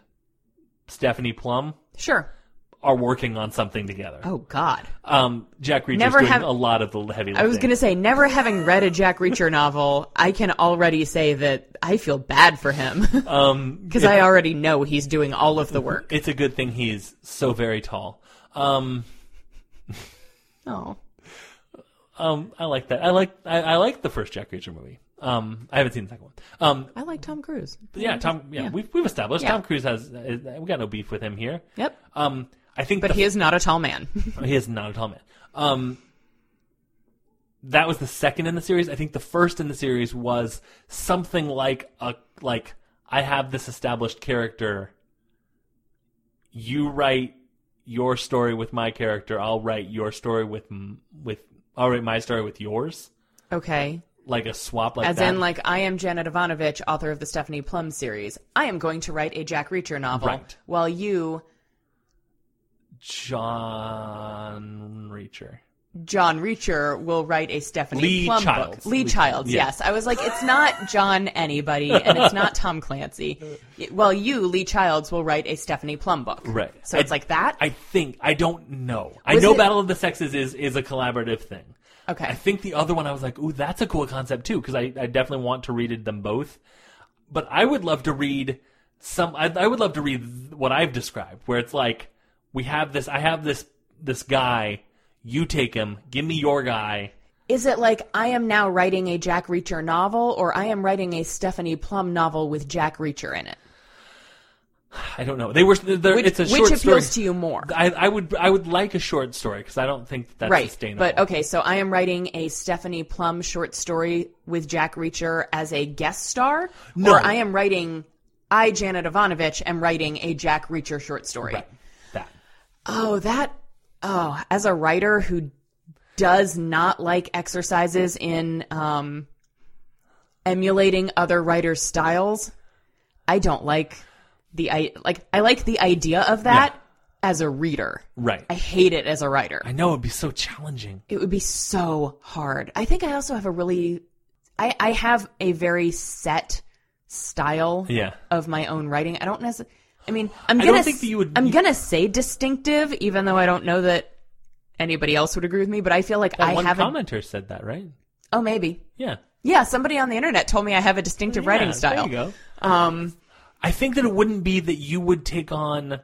Speaker 2: Stephanie Plum
Speaker 3: Sure.
Speaker 2: are working on something together.
Speaker 3: Oh God.
Speaker 2: Um, Jack Reacher's
Speaker 3: Never
Speaker 2: doing
Speaker 3: have-
Speaker 2: a lot of the heavy lifting.
Speaker 3: I was going to say, never having read a Jack Reacher novel, I can already say that I feel bad for him
Speaker 2: um,
Speaker 3: because I already know he's doing all of the work.
Speaker 2: it's a good thing he's so very tall. Um,
Speaker 3: Oh,
Speaker 2: um, I like that. I like I, I like the first Jack Reacher movie. Um, I haven't seen the second one. Um,
Speaker 3: I like Tom Cruise.
Speaker 2: but yeah, Tom. Yeah, we've we've established
Speaker 3: Yeah.
Speaker 2: Tom Cruise has is, we got no beef with him here.
Speaker 3: Yep.
Speaker 2: Um, I think,
Speaker 3: But
Speaker 2: the
Speaker 3: he is not a tall man.
Speaker 2: He is not a tall man. Um, that was the second in the series. I think the first in the series was something like a like I have this established character. You write your story with my character. I'll write your story with m- with I'll write my story with yours.
Speaker 3: okay.
Speaker 2: Like a swap, like
Speaker 3: As
Speaker 2: that.
Speaker 3: in, like, I am Janet Ivanovich, author of the Stephanie Plum series. I am going to write a Jack Reacher novel
Speaker 2: Right.
Speaker 3: while you,
Speaker 2: John Reacher.
Speaker 3: John Reacher, will write a Stephanie
Speaker 2: Lee
Speaker 3: Plum
Speaker 2: Childs.
Speaker 3: book. Lee,
Speaker 2: Lee
Speaker 3: Childs,
Speaker 2: Childs, yeah.
Speaker 3: yes. I was like, it's not John anybody, and it's not Tom Clancy. Y- Well, you, Lee Childs, will write a Stephanie Plum book.
Speaker 2: Right.
Speaker 3: So it's
Speaker 2: I-
Speaker 3: like that?
Speaker 2: I think I don't know. I
Speaker 3: Was
Speaker 2: know
Speaker 3: it-
Speaker 2: Battle of the Sexes is is a collaborative thing.
Speaker 3: Okay.
Speaker 2: I think the other one I was like, ooh, that's a cool concept too, because I, I definitely want to read it them both. But I would love to read some. I, I would love to read what I've described, where it's like we have this. I have this this guy. You take him. Give me your guy.
Speaker 3: Is it like I am now writing a Jack Reacher novel, or I am writing a Stephanie Plum novel with Jack Reacher in it?
Speaker 2: I don't know. They were. they're-
Speaker 3: Which,
Speaker 2: it's a
Speaker 3: which
Speaker 2: short
Speaker 3: appeals
Speaker 2: story.
Speaker 3: to you more?
Speaker 2: I, I would. I would like a short story because I don't think that's
Speaker 3: right.
Speaker 2: sustainable.
Speaker 3: But okay, so I am writing a Stephanie Plum short story with Jack Reacher as a guest star,
Speaker 2: No.
Speaker 3: or I am writing. I, Janet Ivanovich, am writing a Jack Reacher short story.
Speaker 2: Right. That.
Speaker 3: Oh, that. Oh, as a writer who does not like exercises in um, emulating other writers' styles, I don't like the I like I like the idea of that as a reader.
Speaker 2: Right.
Speaker 3: I hate it as a writer.
Speaker 2: I know it'd be so challenging.
Speaker 3: It would be so hard. I think I also have a really I I have a very set style
Speaker 2: Yeah.
Speaker 3: of my own writing. I don't necessarily I mean, I'm
Speaker 2: I
Speaker 3: gonna
Speaker 2: don't think that you would-
Speaker 3: am
Speaker 2: you-
Speaker 3: gonna say distinctive even though I don't know that anybody else would agree with me, but I feel like
Speaker 2: That
Speaker 3: I
Speaker 2: one
Speaker 3: haven't
Speaker 2: commenter said that, right?
Speaker 3: Oh, maybe.
Speaker 2: Yeah.
Speaker 3: Yeah, somebody on the internet told me I have a distinctive writing
Speaker 2: Oh, Yeah,
Speaker 3: style.
Speaker 2: There you go.
Speaker 3: Um
Speaker 2: I think that it wouldn't be that you would take on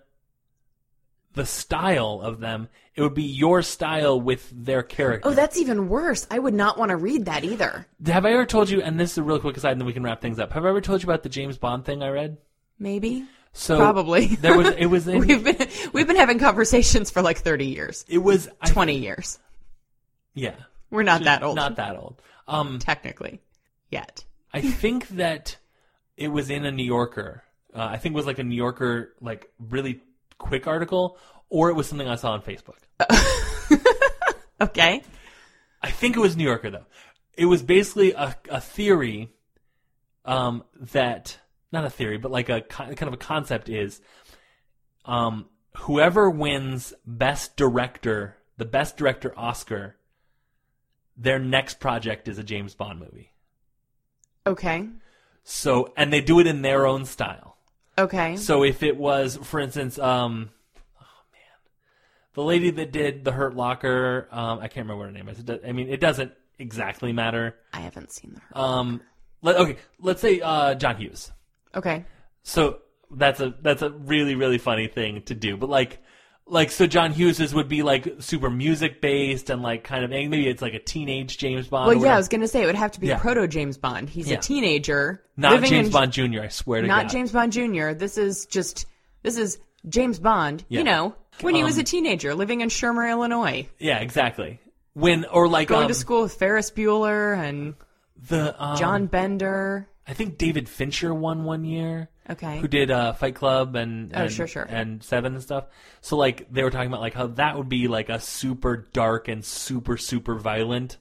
Speaker 2: the style of them. It would be your style with their character.
Speaker 3: Oh, that's even worse. I would not want to read that either.
Speaker 2: have I ever told you? And this is a real quick aside, and then we can wrap things up. Have I ever told you about the James Bond thing I read?
Speaker 3: Maybe.
Speaker 2: So
Speaker 3: Probably.
Speaker 2: there was it was in,
Speaker 3: we've been we've been having conversations for like 30 years.
Speaker 2: it was I-
Speaker 3: 20 years.
Speaker 2: yeah,
Speaker 3: We're not that old,
Speaker 2: not that old. Um,
Speaker 3: technically, yet.
Speaker 2: I think that it was in a New Yorker. Uh, I think it was like a New Yorker, like really quick article, or it was something I saw on Facebook.
Speaker 3: Okay.
Speaker 2: I think it was New Yorker though. It was basically a, a theory um, that not a theory, but like a co- kind of a concept is um, whoever wins best director, the best director Oscar, their next project is a James Bond movie.
Speaker 3: Okay.
Speaker 2: So and they do it in their own style.
Speaker 3: Okay.
Speaker 2: So if it was, for instance, um, oh man, the lady that did the Hurt Locker, um, I can't remember what her name is. It does, I mean, it doesn't exactly matter.
Speaker 3: I haven't seen the Hurt.
Speaker 2: Um, let, okay, let's say uh, John Hughes.
Speaker 3: okay.
Speaker 2: So that's a that's a really really funny thing to do. But like like so John Hughes's would be like super music based and like kind of maybe it's like a teenage James Bond.
Speaker 3: Well,
Speaker 2: or
Speaker 3: yeah, I
Speaker 2: whatever.
Speaker 3: was going to say it would have to be
Speaker 2: Yeah.
Speaker 3: proto James Bond. He's
Speaker 2: Yeah.
Speaker 3: a teenager.
Speaker 2: not
Speaker 3: living
Speaker 2: James
Speaker 3: in-
Speaker 2: Bond Jr. I swear to
Speaker 3: Not
Speaker 2: God.
Speaker 3: James Bond Jr. This is just, this is James Bond,
Speaker 2: Yeah.
Speaker 3: you know, when he was
Speaker 2: Um,
Speaker 3: a teenager living in Shermer, Illinois,
Speaker 2: Yeah, exactly. When or like
Speaker 3: going
Speaker 2: um,
Speaker 3: to school with Ferris Bueller and
Speaker 2: the um,
Speaker 3: John Bender.
Speaker 2: I think David Fincher won one year.
Speaker 3: Okay.
Speaker 2: Who did uh, Fight Club and,
Speaker 3: Oh,
Speaker 2: and-
Speaker 3: sure, sure.
Speaker 2: and Seven and stuff. So like they were talking about like how that would be like a super dark and super super violent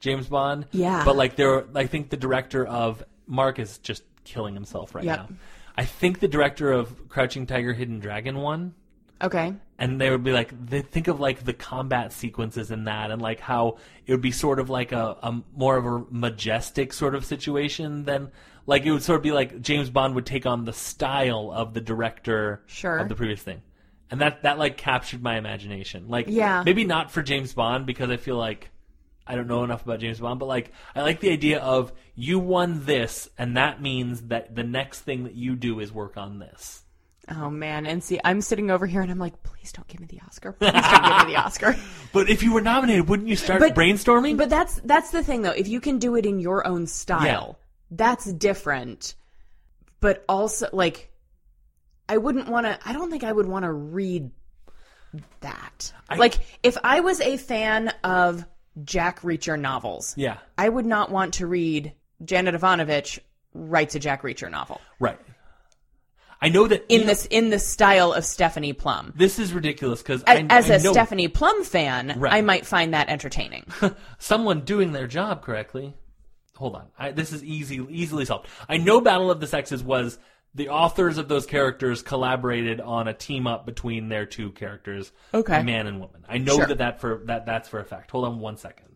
Speaker 2: James Bond.
Speaker 3: Yeah.
Speaker 2: But like there, I think the director of Mark is just killing himself right
Speaker 3: Yep.
Speaker 2: now. I think the director of Crouching Tiger, Hidden Dragon won
Speaker 3: Okay.
Speaker 2: and they would be like they think of like the combat sequences in that and like how it would be sort of like a, a more of a majestic sort of situation than like it would sort of be like James Bond would take on the style of the director
Speaker 3: Sure.
Speaker 2: of the previous thing. and that that like captured my imagination. Like,
Speaker 3: Yeah.
Speaker 2: maybe not for James Bond because I feel like I don't know enough about James Bond, but like I like the idea of you won this, and that means that the next thing that you do is work on this.
Speaker 3: Oh man, and see, I'm sitting over here and I'm like, please don't give me the Oscar. Please don't give me the Oscar.
Speaker 2: But if you were nominated, wouldn't you start
Speaker 3: But-
Speaker 2: brainstorming?
Speaker 3: But that's that's the thing though. If you can do it in your own style, that's different. But also like I wouldn't want to I don't think I would want to read that. like if I was a fan of Jack Reacher novels,
Speaker 2: yeah,
Speaker 3: I would not want to read Janet Ivanovich writes a Jack Reacher novel
Speaker 2: right. I know that
Speaker 3: in this in the style of Stephanie Plum.
Speaker 2: this is ridiculous because
Speaker 3: A- As
Speaker 2: I
Speaker 3: a
Speaker 2: know
Speaker 3: Stephanie Plum fan,
Speaker 2: Right.
Speaker 3: I might find that entertaining.
Speaker 2: someone doing their job correctly. Hold on, I, this is easy, easily solved. I know Battle of the Sexes was the authors of those characters collaborated on a team up between their two characters,
Speaker 3: Okay.
Speaker 2: man and woman. I know
Speaker 3: Sure.
Speaker 2: that that for that that's for a fact. Hold on one second.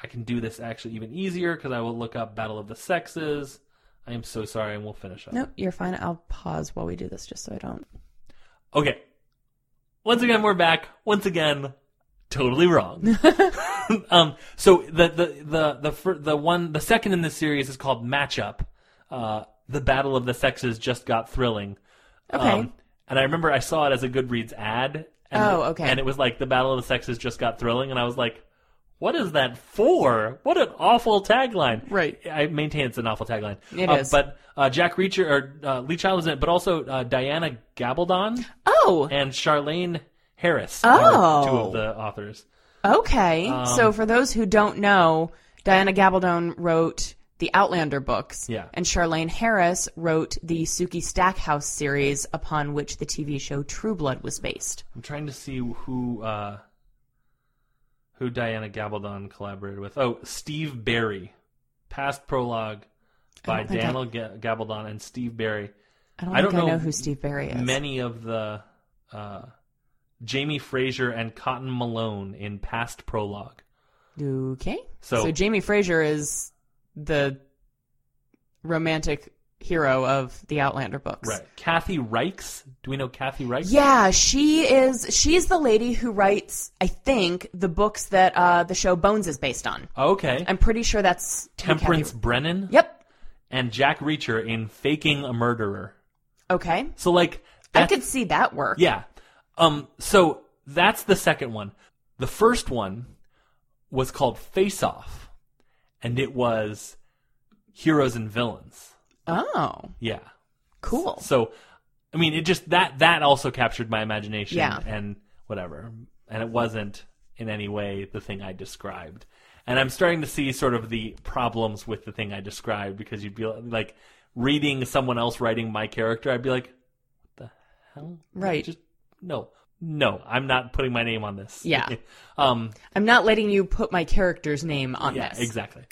Speaker 2: I can do this actually even easier because I will look up Battle of the Sexes. I am so sorry, and we'll finish up.
Speaker 3: Nope, you're fine. I'll pause while we do this just so I don't.
Speaker 2: Okay. Once again, we're back. Once again, totally wrong. um, so the the the the fir- the one the second in this series is called Matchup. Uh, the Battle of the Sexes just got thrilling. Um,
Speaker 3: Okay.
Speaker 2: and I remember I saw it as a Goodreads ad. And
Speaker 3: Oh, okay.
Speaker 2: And it was like the Battle of the Sexes just got thrilling, and I was like, "What is that for? What an awful tagline!"
Speaker 3: Right.
Speaker 2: I maintain it's an awful tagline.
Speaker 3: It
Speaker 2: Uh,
Speaker 3: is.
Speaker 2: But uh, Jack Reacher or uh, Lee Child is in it, but also uh, Diana Gabaldon
Speaker 3: Oh,
Speaker 2: and Charlene Harris
Speaker 3: Oh.
Speaker 2: are two of the authors.
Speaker 3: okay.
Speaker 2: um,
Speaker 3: so for those who don't know, Diana Gabaldon wrote the Outlander books,
Speaker 2: Yeah.
Speaker 3: and Charlene Harris wrote the Suki Stackhouse series upon which the TV show True Blood was based.
Speaker 2: I'm trying to see who uh, who Diana Gabaldon collaborated with. Oh, Steve Barry, past prologue by
Speaker 3: don't think
Speaker 2: Daniel Ga- Gabaldon and Steve Barry.
Speaker 3: I don't,
Speaker 2: I don't
Speaker 3: think I
Speaker 2: know
Speaker 3: know who Steve Barry is.
Speaker 2: Many of the uh, Jamie Fraser and Cotton Malone in past prologue.
Speaker 3: Okay.
Speaker 2: So-
Speaker 3: So, Jamie Fraser is the romantic hero of the Outlander books.
Speaker 2: Right, Kathy Reichs. Do we know Kathy Reichs?
Speaker 3: Yeah, she is she's the lady who writes, I think, the books that uh the show Bones is based on.
Speaker 2: Oh, Okay.
Speaker 3: I'm pretty sure that's who Kathy-
Speaker 2: Temperance Brennan
Speaker 3: Yep.
Speaker 2: and Jack Reacher in Faking a Murderer.
Speaker 3: Okay.
Speaker 2: So like
Speaker 3: I
Speaker 2: that's-
Speaker 3: could see that work.
Speaker 2: yeah. Um so that's the second one. The first one was called Face Off and it was heroes and villains.
Speaker 3: Oh,
Speaker 2: Yeah.
Speaker 3: cool.
Speaker 2: So I mean it just that that also captured my imagination
Speaker 3: Yeah.
Speaker 2: and whatever. And it wasn't in any way the thing I described. And I'm starting to see sort of the problems with the thing I described because you'd be like reading someone else writing my character, I'd be like, What the hell?
Speaker 3: right.
Speaker 2: just no no i'm not putting my name on this
Speaker 3: Yeah.
Speaker 2: um
Speaker 3: I'm not letting you put my character's name on
Speaker 2: yeah
Speaker 3: this.
Speaker 2: exactly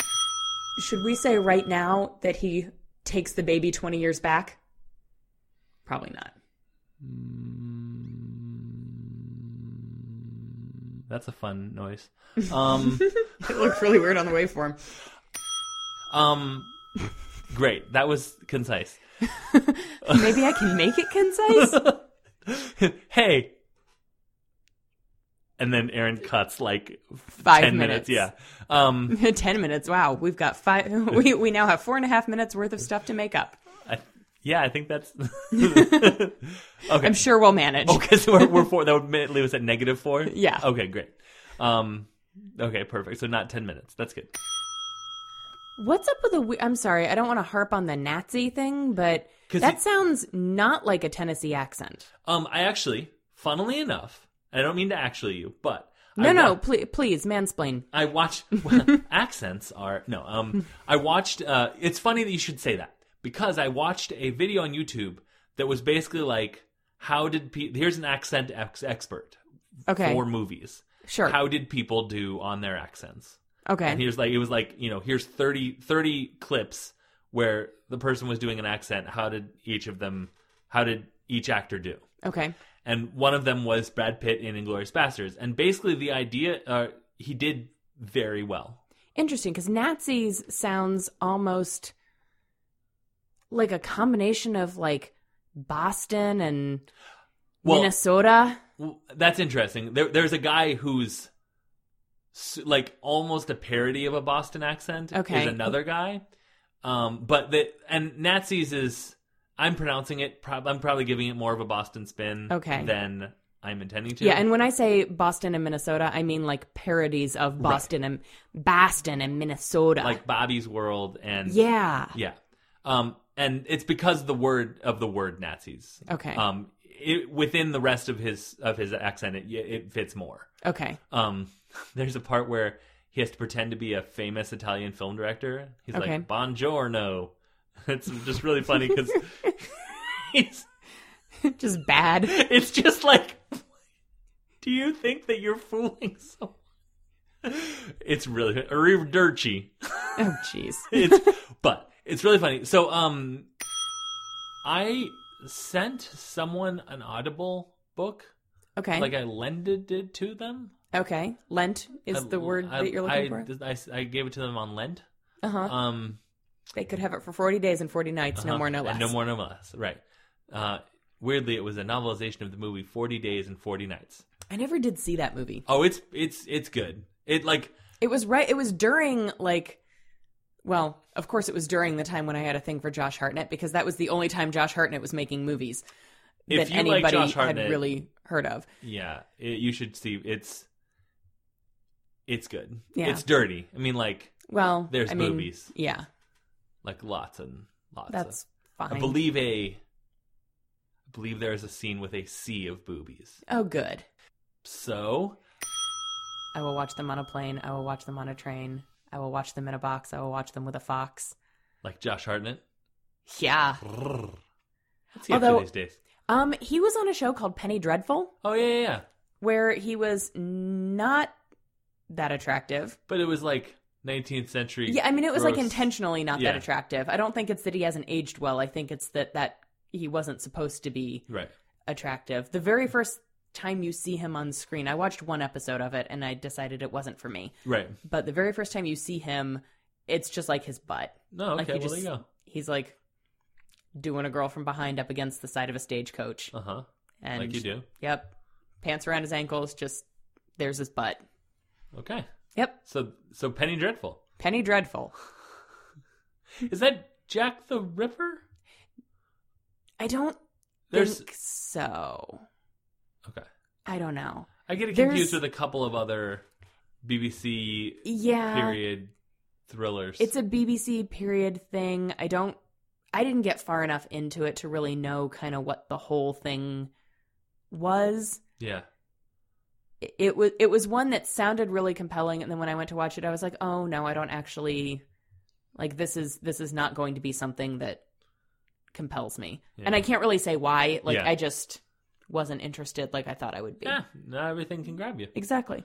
Speaker 3: Should we say right now that he takes the baby 20 years back? Probably not.
Speaker 2: that's a fun noise um
Speaker 3: It looked really weird on the waveform.
Speaker 2: um great that was concise
Speaker 3: Maybe I can make it concise.
Speaker 2: hey and then aaron cuts like
Speaker 3: Five
Speaker 2: 10
Speaker 3: minutes.
Speaker 2: yeah um
Speaker 3: Ten minutes. Wow, we've got five. We we now have four and a half minutes worth of stuff to make up.
Speaker 2: I, yeah i think that's
Speaker 3: I'm sure we'll manage.
Speaker 2: Okay, so we're, we're four. That would ma- leave us at negative four.
Speaker 3: Yeah.
Speaker 2: Okay, great. Um, okay, perfect. So not ten minutes. That's good.
Speaker 3: What's up with the? we- I'm sorry, I don't want to harp on the Nazi thing, but
Speaker 2: 'Cause
Speaker 3: that
Speaker 2: it-
Speaker 3: sounds not like a Tennessee accent.
Speaker 2: Um, I actually, funnily enough, I don't mean to actually you, but
Speaker 3: No,
Speaker 2: I
Speaker 3: no,
Speaker 2: wa-
Speaker 3: please, please mansplain.
Speaker 2: I watched well, accents are no. Um, I watched. Uh, it's funny that you should say that because I watched a video on YouTube that was basically like, how did pe- here's an accent ex- expert
Speaker 3: Okay,
Speaker 2: for movies.
Speaker 3: Sure.
Speaker 2: How did people do on their accents?
Speaker 3: okay,
Speaker 2: And here's like it was like, you know, here's 30, 30 clips where the person was doing an accent. How did each of them how did each actor do?
Speaker 3: okay,
Speaker 2: And one of them was Brad Pitt in Inglorious Bastards. And basically the idea uh, he did very well.
Speaker 3: interesting. Because Nazis sounds almost like a combination of like Boston and
Speaker 2: Well,
Speaker 3: Minnesota.
Speaker 2: Well, that's interesting. There, there's a guy who's s- like almost a parody of a Boston accent.
Speaker 3: Okay.
Speaker 2: is another guy. Um, but the and Nazis is I'm pronouncing it. Prob- I'm probably giving it more of a Boston spin.
Speaker 3: Okay.
Speaker 2: than I'm intending to.
Speaker 6: Yeah, and when I say Boston and Minnesota, I mean like parodies of Boston and Boston and Minnesota.
Speaker 2: like Bobby's World and
Speaker 6: yeah.
Speaker 2: yeah. Um, and it's because the word of the word Nazis.
Speaker 3: Okay.
Speaker 2: Um, it, within the rest of his of his accent, it it fits more.
Speaker 3: Okay.
Speaker 2: Um, there's a part where he has to pretend to be a famous Italian film director. He's
Speaker 3: Okay.
Speaker 2: like, "Buongiorno." It's just really funny because he's.
Speaker 3: Just bad.
Speaker 2: It's just like, do you think that you're fooling someone? It's really Arrivederci.
Speaker 3: Oh, jeez.
Speaker 2: It's but it's really funny. So um, I sent someone an Audible book.
Speaker 3: Okay.
Speaker 2: Like I lended it to them.
Speaker 3: okay. Lent is
Speaker 2: I-
Speaker 3: the word
Speaker 2: I-
Speaker 3: that you're looking
Speaker 2: I-
Speaker 3: for.
Speaker 2: I, I gave it to them on Lent.
Speaker 3: Uh huh.
Speaker 2: Um,
Speaker 3: they could have it for 40 days and 40 nights, no
Speaker 2: uh-huh,
Speaker 3: more, no
Speaker 2: and
Speaker 3: less.
Speaker 2: No more, no less. Right. Uh, weirdly, it was a novelization of the movie Forty Days and Forty Nights.
Speaker 3: I never did see that movie.
Speaker 2: Oh, it's it's it's good. It like
Speaker 3: It was right. It was during like, well, of course, it was during the time when I had a thing for Josh Hartnett because that was the only time Josh Hartnett was making movies
Speaker 2: if
Speaker 3: that
Speaker 2: you like
Speaker 3: anybody
Speaker 2: Josh
Speaker 3: had
Speaker 2: Hartnett,
Speaker 3: really heard of.
Speaker 2: yeah, it, you should see it's it's good.
Speaker 3: Yeah.
Speaker 2: It's dirty. I mean, like
Speaker 3: Well,
Speaker 2: There's
Speaker 3: I mean,
Speaker 2: movies.
Speaker 3: Yeah,
Speaker 2: like lots and lots.
Speaker 3: that's
Speaker 2: of, I
Speaker 3: fine.
Speaker 2: believe a I believe there is a scene with a sea of boobies.
Speaker 3: oh, good.
Speaker 2: So
Speaker 3: I will watch them on a plane. I will watch them on a train. I will watch them in a box. I will watch them with a fox.
Speaker 2: like Josh Hartnett.
Speaker 3: Yeah.
Speaker 2: What's he up to
Speaker 3: Although-
Speaker 2: these days?
Speaker 3: Um, he was on a show called Penny Dreadful
Speaker 2: Oh yeah, yeah, yeah.
Speaker 3: where he was not that attractive.
Speaker 2: But it was like 19th century.
Speaker 3: Yeah, I mean, it was like
Speaker 2: gross-
Speaker 3: intentionally not
Speaker 2: Yeah.
Speaker 3: that attractive. I don't think it's that he hasn't aged well. I think it's that that he wasn't supposed to be
Speaker 2: Right.
Speaker 3: attractive. The very first time you see him on screen, I watched one episode of it and I decided it wasn't for me.
Speaker 2: Right.
Speaker 3: But the very first time you see him, it's just like his butt.
Speaker 2: No,
Speaker 3: Like,
Speaker 2: okay.
Speaker 3: you
Speaker 2: well, there you
Speaker 3: just-
Speaker 2: go.
Speaker 3: He's like doing a girl from behind up against the side of a stagecoach,
Speaker 2: Uh huh.
Speaker 3: and
Speaker 2: Like you do.
Speaker 3: Yep, pants around his ankles. Just there's his butt.
Speaker 2: Okay.
Speaker 3: Yep,
Speaker 2: So so Penny Dreadful.
Speaker 3: Penny Dreadful.
Speaker 2: Is that Jack the Ripper?
Speaker 3: I don't
Speaker 2: There's
Speaker 3: think so.
Speaker 2: okay.
Speaker 3: I don't know.
Speaker 2: I get it
Speaker 3: There's-
Speaker 2: confused with a couple of other BBC
Speaker 3: Yeah.
Speaker 2: period thrillers.
Speaker 3: Uh, It's a BBC period thing. I don't I didn't get far enough into it to really know kind of what the whole thing was.
Speaker 2: yeah.
Speaker 3: It- It was it was one that sounded really compelling and then when I went to watch it I was like, "Oh no, I don't actually like this is this is not going to be something that compels me." And I
Speaker 2: Yeah.
Speaker 3: can't really say why. Like
Speaker 2: Yeah.
Speaker 3: I just wasn't interested like I thought I would be.
Speaker 2: Yeah. Not everything can grab you.
Speaker 3: Exactly.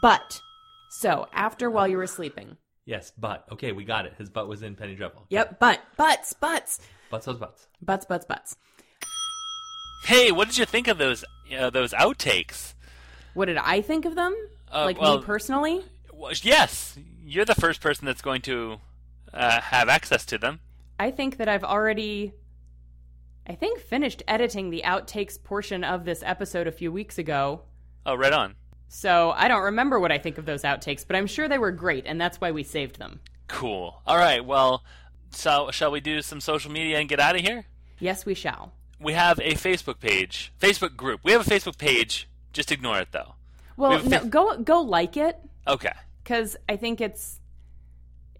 Speaker 3: But so, after while you were sleeping.
Speaker 2: Yes, but okay, we got it. His butt was in Penny Dreadful.
Speaker 3: Yep, but butts, butts.
Speaker 2: Butts, butts, butts.
Speaker 3: Butts, butts, butts.
Speaker 7: Hey, what did you think of those uh, those outtakes?
Speaker 3: What did I think of them?
Speaker 7: Uh,
Speaker 3: like
Speaker 7: well-
Speaker 3: me personally?
Speaker 7: Well, yes, you're the first person that's going to uh, have access to them.
Speaker 3: I think that I've already I think finished editing the outtakes portion of this episode a few weeks ago.
Speaker 7: Oh, right on.
Speaker 3: So, I don't remember what I think of those outtakes, but I'm sure they were great and that's why we saved them.
Speaker 7: Cool. All right. Well, so shall we do some social media and get out of here?
Speaker 3: Yes, we shall.
Speaker 7: We have a Facebook page, Facebook group. We have a Facebook page. Just ignore it though.
Speaker 3: Well,
Speaker 7: We've-
Speaker 3: no, go go like it
Speaker 7: Okay.
Speaker 3: cuz I think it's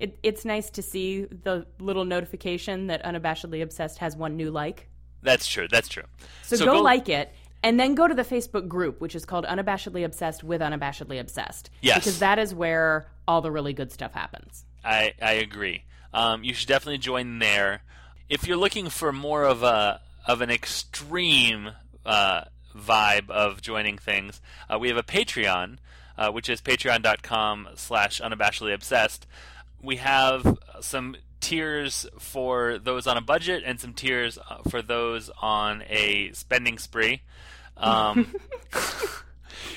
Speaker 3: it, it's nice to see the little notification that unabashedly obsessed has one new like.
Speaker 7: That's true. That's true.
Speaker 3: So, go, like it. And then go to the Facebook group, which is called Unabashedly Obsessed with Unabashedly Obsessed.
Speaker 7: Yes.
Speaker 3: Because that is where all the really good stuff happens.
Speaker 7: I, I agree. Um, you should definitely join there. If you're looking for more of a of an extreme uh, vibe of joining things, uh, we have a Patreon, uh, which is patreon.com slash unabashedly obsessed. We have some tiers for those on a budget and some tiers uh, for those on a spending spree. Um,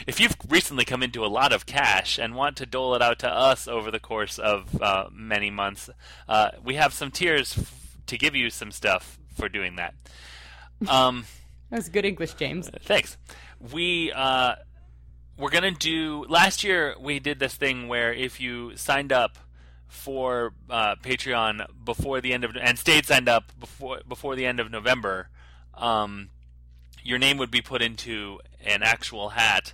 Speaker 7: if you've recently come into a lot of cash and want to dole it out to us over the course of uh, many months, uh, we have some tiers f- to give you some stuff for doing that. Um,
Speaker 3: That was good English, James.
Speaker 2: Thanks. We uh, we're gonna do. Last year we did this thing where if you signed up for uh, Patreon before the end of and stayed signed up before before the end of November, um, your name would be put into an actual hat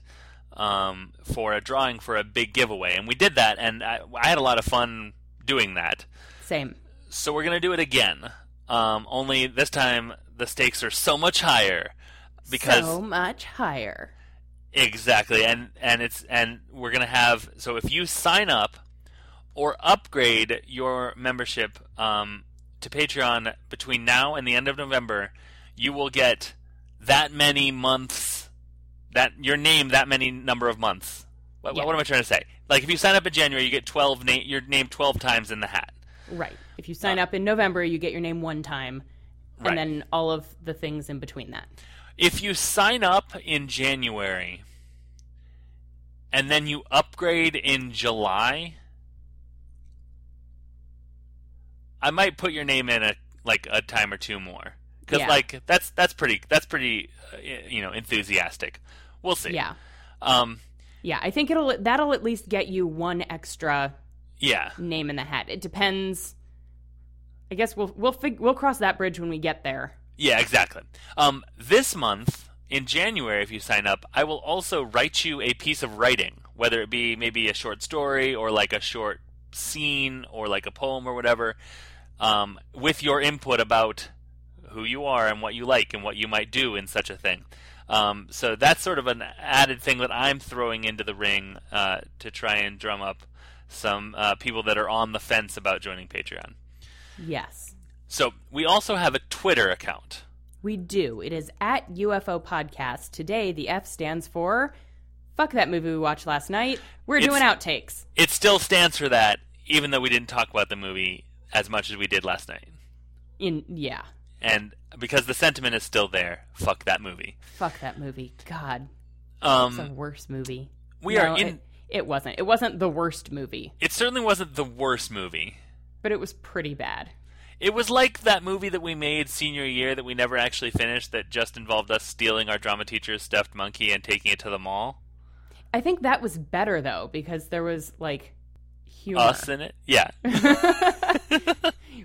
Speaker 2: um, for a drawing for a big giveaway, and we did that, and I, I had a lot of fun doing that.
Speaker 3: Same.
Speaker 2: So we're gonna do it again. Um, only this time the stakes are so much higher because
Speaker 3: so much higher.
Speaker 2: Exactly, and and it's and we're gonna have so if you sign up or upgrade your membership um, to Patreon between now and the end of November, you will get that many months that your name that many number of months. What,
Speaker 3: Yeah.
Speaker 2: what am I trying to say? Like if you sign up in January, you get twelve na- your name twelve times in the hat.
Speaker 3: Right. If you sign up in November, you get your name one time, and
Speaker 2: Right.
Speaker 3: then all of the things in between that.
Speaker 2: If you sign up in January and then you upgrade in July, I might put your name in a like a time or two more because
Speaker 3: Yeah.
Speaker 2: like that's that's pretty that's pretty uh, you know enthusiastic. We'll see.
Speaker 3: Yeah.
Speaker 2: Um.
Speaker 3: Yeah. I think it'll that'll at least get you one extra
Speaker 2: Yeah.
Speaker 3: name in the hat. It depends. I guess we'll we'll fig- we'll cross that bridge when we get there.
Speaker 2: Yeah, exactly. Um, this month, in January, if you sign up, I will also write you a piece of writing, whether it be maybe a short story or like a short scene or like a poem or whatever, um, with your input about who you are and what you like and what you might do in such a thing. Um, so that's sort of an added thing that I'm throwing into the ring uh, to try and drum up some uh, people that are on the fence about joining Patreon.
Speaker 3: Yes.
Speaker 2: So we also have a Twitter account.
Speaker 3: We do. It is at UFO Podcast. Today, the F stands for fuck that movie we watched last night. We're
Speaker 2: It's-
Speaker 3: doing outtakes.
Speaker 2: it still stands for that, even though we didn't talk about the movie as much as we did last night.
Speaker 3: In yeah,
Speaker 2: And because the sentiment is still there, fuck that movie.
Speaker 3: fuck that movie. God, it's the
Speaker 2: Um,
Speaker 3: worst movie.
Speaker 2: we
Speaker 3: No,
Speaker 2: are in.
Speaker 3: It, it wasn't. It wasn't the worst movie,
Speaker 2: it certainly wasn't the worst movie.
Speaker 3: but it was pretty bad.
Speaker 2: It was like that movie that we made senior year that we never actually finished that just involved us stealing our drama teacher's stuffed monkey and taking it to the mall.
Speaker 3: I think that was better though because there was like humor.
Speaker 2: Us in it? Yeah.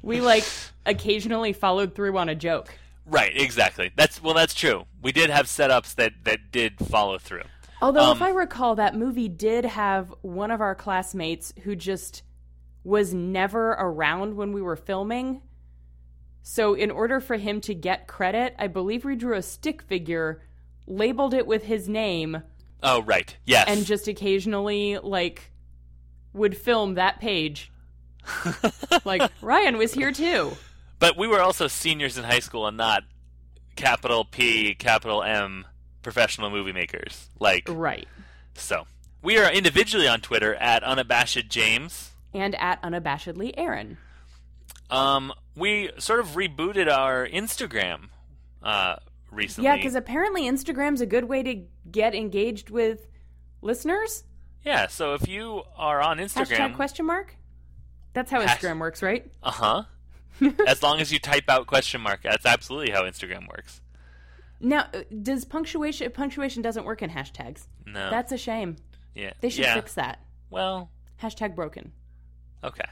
Speaker 3: we like occasionally followed through on a joke.
Speaker 2: right, exactly. That's well that's true. We did have setups that that did follow through.
Speaker 3: Although,
Speaker 2: Um,
Speaker 3: if I recall, that movie did have one of our classmates who just was never around when we were filming. So, in order for him to get credit, I believe we drew a stick figure, labeled it with his name,
Speaker 2: Oh right. Yes.
Speaker 3: and just occasionally, like, would film that page. like, Ryan was here too.
Speaker 2: But we were also seniors in high school and not capital P, capital M professional movie makers. Like,
Speaker 3: Right.
Speaker 2: so. We are individually on Twitter at unabashed James.
Speaker 3: And at unabashedly Aaron.
Speaker 2: Um, we sort of rebooted our Instagram uh, recently.
Speaker 3: Yeah, because apparently Instagram's a good way to get engaged with listeners.
Speaker 2: Yeah, so if you are on
Speaker 3: Hashtag
Speaker 2: Instagram,
Speaker 3: question mark. That's how
Speaker 2: Hash-
Speaker 3: Instagram works, right?
Speaker 2: uh huh. as long as you type out question mark, that's absolutely how Instagram works.
Speaker 3: Now, uh, does punctuation? Punctuation doesn't work in hashtags.
Speaker 2: No,
Speaker 3: That's a shame.
Speaker 2: yeah.
Speaker 3: They should
Speaker 2: yeah.
Speaker 3: fix that.
Speaker 2: Well,
Speaker 3: Hashtag broken.
Speaker 2: Okay.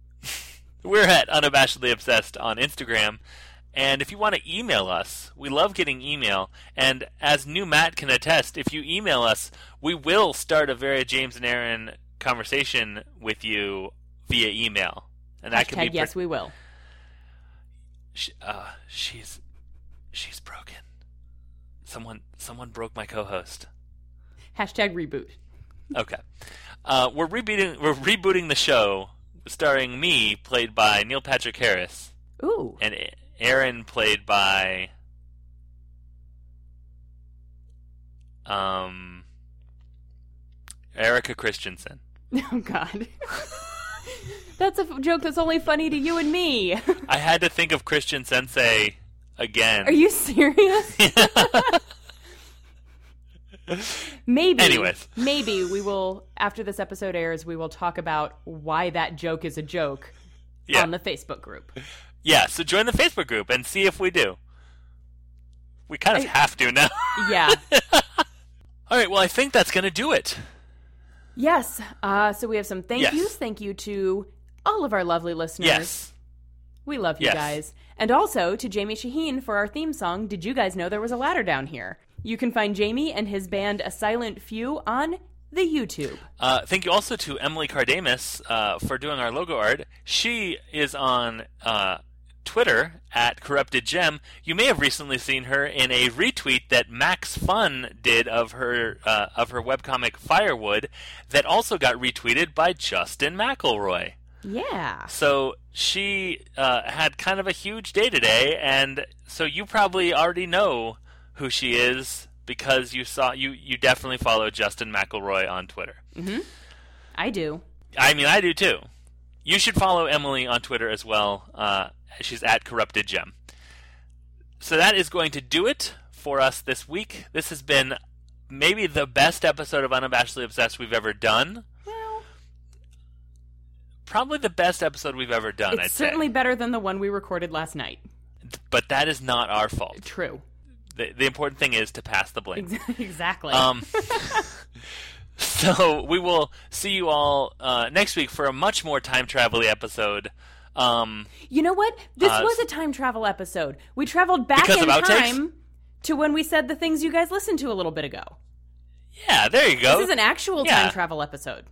Speaker 2: We're at unabashedly obsessed on Instagram. And if you want to email us, we love getting email. And as new Matt can attest, if you email us, we will start a very James and Aaron conversation with you via email. And that can
Speaker 3: Hashtag
Speaker 2: be
Speaker 3: yes, we will.
Speaker 2: Sh uh, she's she's broken. Someone someone broke my co-host.
Speaker 3: Hashtag reboot.
Speaker 2: Okay. Uh, we're rebooting we're rebooting the show starring me played by Neil Patrick Harris.
Speaker 3: Ooh,
Speaker 2: and A- Aaron played by um Erica Christensen.
Speaker 3: oh god. that's a f- joke that's only funny to you and me.
Speaker 2: I had to think of Christian Sensei again.
Speaker 3: Are you serious? maybe.
Speaker 2: Anyways.
Speaker 3: maybe we will after this episode airs, we will talk about why that joke is a joke
Speaker 2: yeah.
Speaker 3: Oh, on the Facebook group.
Speaker 2: yeah, so join the Facebook group and see if we do. We kind of have to now.
Speaker 3: Yeah.
Speaker 2: All right. Well, I think that's going to do it.
Speaker 3: yes. Uh, so we have some thank
Speaker 2: Yes.
Speaker 3: yous. Thank you to all of our lovely listeners.
Speaker 2: Yes.
Speaker 3: We love you
Speaker 2: Yes.
Speaker 3: guys. And also to Jamie Shaheen for our theme song, Did You Guys Know There Was a Ladder Down Here? You can find Jamie and his band A Silent Few on the YouTube.
Speaker 2: Uh, thank you also to Emily Cardamus uh, for doing our logo art. She is on uh, Twitter at Corrupted Gem. You may have recently seen her in a retweet that Max Fun did of her uh, of her webcomic Firewood, that also got retweeted by Justin McElroy.
Speaker 3: Yeah.
Speaker 2: So she uh, had kind of a huge day today, and so you probably already know who she is because you saw you you definitely follow Justin McElroy on Twitter.
Speaker 3: I do.
Speaker 2: I mean, I do too. You should follow Emily on Twitter as well. Uh, she's at Corrupted Gem. So that is going to do it for us this week. This has been maybe the best episode of Unabashedly Obsessed we've ever done.
Speaker 3: Well,
Speaker 2: Probably the best episode we've ever done.
Speaker 3: it's
Speaker 2: I'd
Speaker 3: certainly
Speaker 2: say.
Speaker 3: better than the one we recorded last night.
Speaker 2: But that is not our fault.
Speaker 3: True.
Speaker 2: The, the important thing is to pass the blame.
Speaker 3: exactly.
Speaker 2: Um, so we will see you all uh, next week for a much more time travel episode. Um,
Speaker 3: you know what? This
Speaker 2: uh,
Speaker 3: was a time travel episode. We traveled back
Speaker 2: Because
Speaker 3: in
Speaker 2: of outtakes?
Speaker 3: time to when we said the things you guys listened to a little bit ago.
Speaker 2: yeah, there you go.
Speaker 3: This is an actual
Speaker 2: Oh, yeah.
Speaker 3: time travel episode.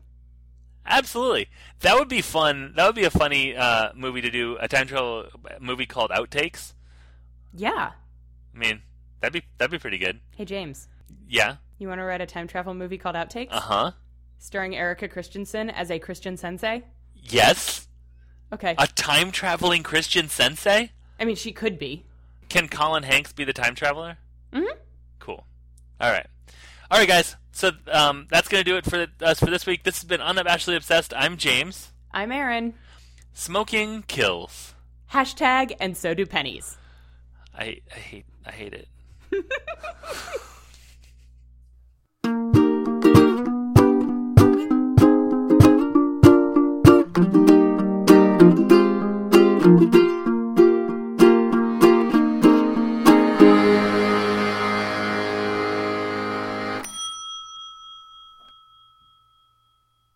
Speaker 2: Absolutely, that would be fun. That would be a funny uh, movie to do. A time travel movie called Outtakes.
Speaker 3: Yeah.
Speaker 2: I mean, that'd be that'd be pretty good.
Speaker 3: Hey, James,
Speaker 2: Yeah.
Speaker 3: you want to write a time travel movie called Outtakes?
Speaker 2: Uh huh.
Speaker 3: starring Erica Christensen as a Christian sensei.
Speaker 2: Yes.
Speaker 3: Okay.
Speaker 2: A time traveling Christian sensei.
Speaker 3: I mean, she could be.
Speaker 2: Can Colin Hanks be the time traveler?
Speaker 3: Mhm.
Speaker 2: Cool. All right. All right, guys. So um, that's gonna do it for us for this week. This has been unabashedly obsessed. I'm James.
Speaker 3: I'm Aaron.
Speaker 2: Smoking kills.
Speaker 3: Hashtag and so do pennies.
Speaker 2: I, I hate I hate it.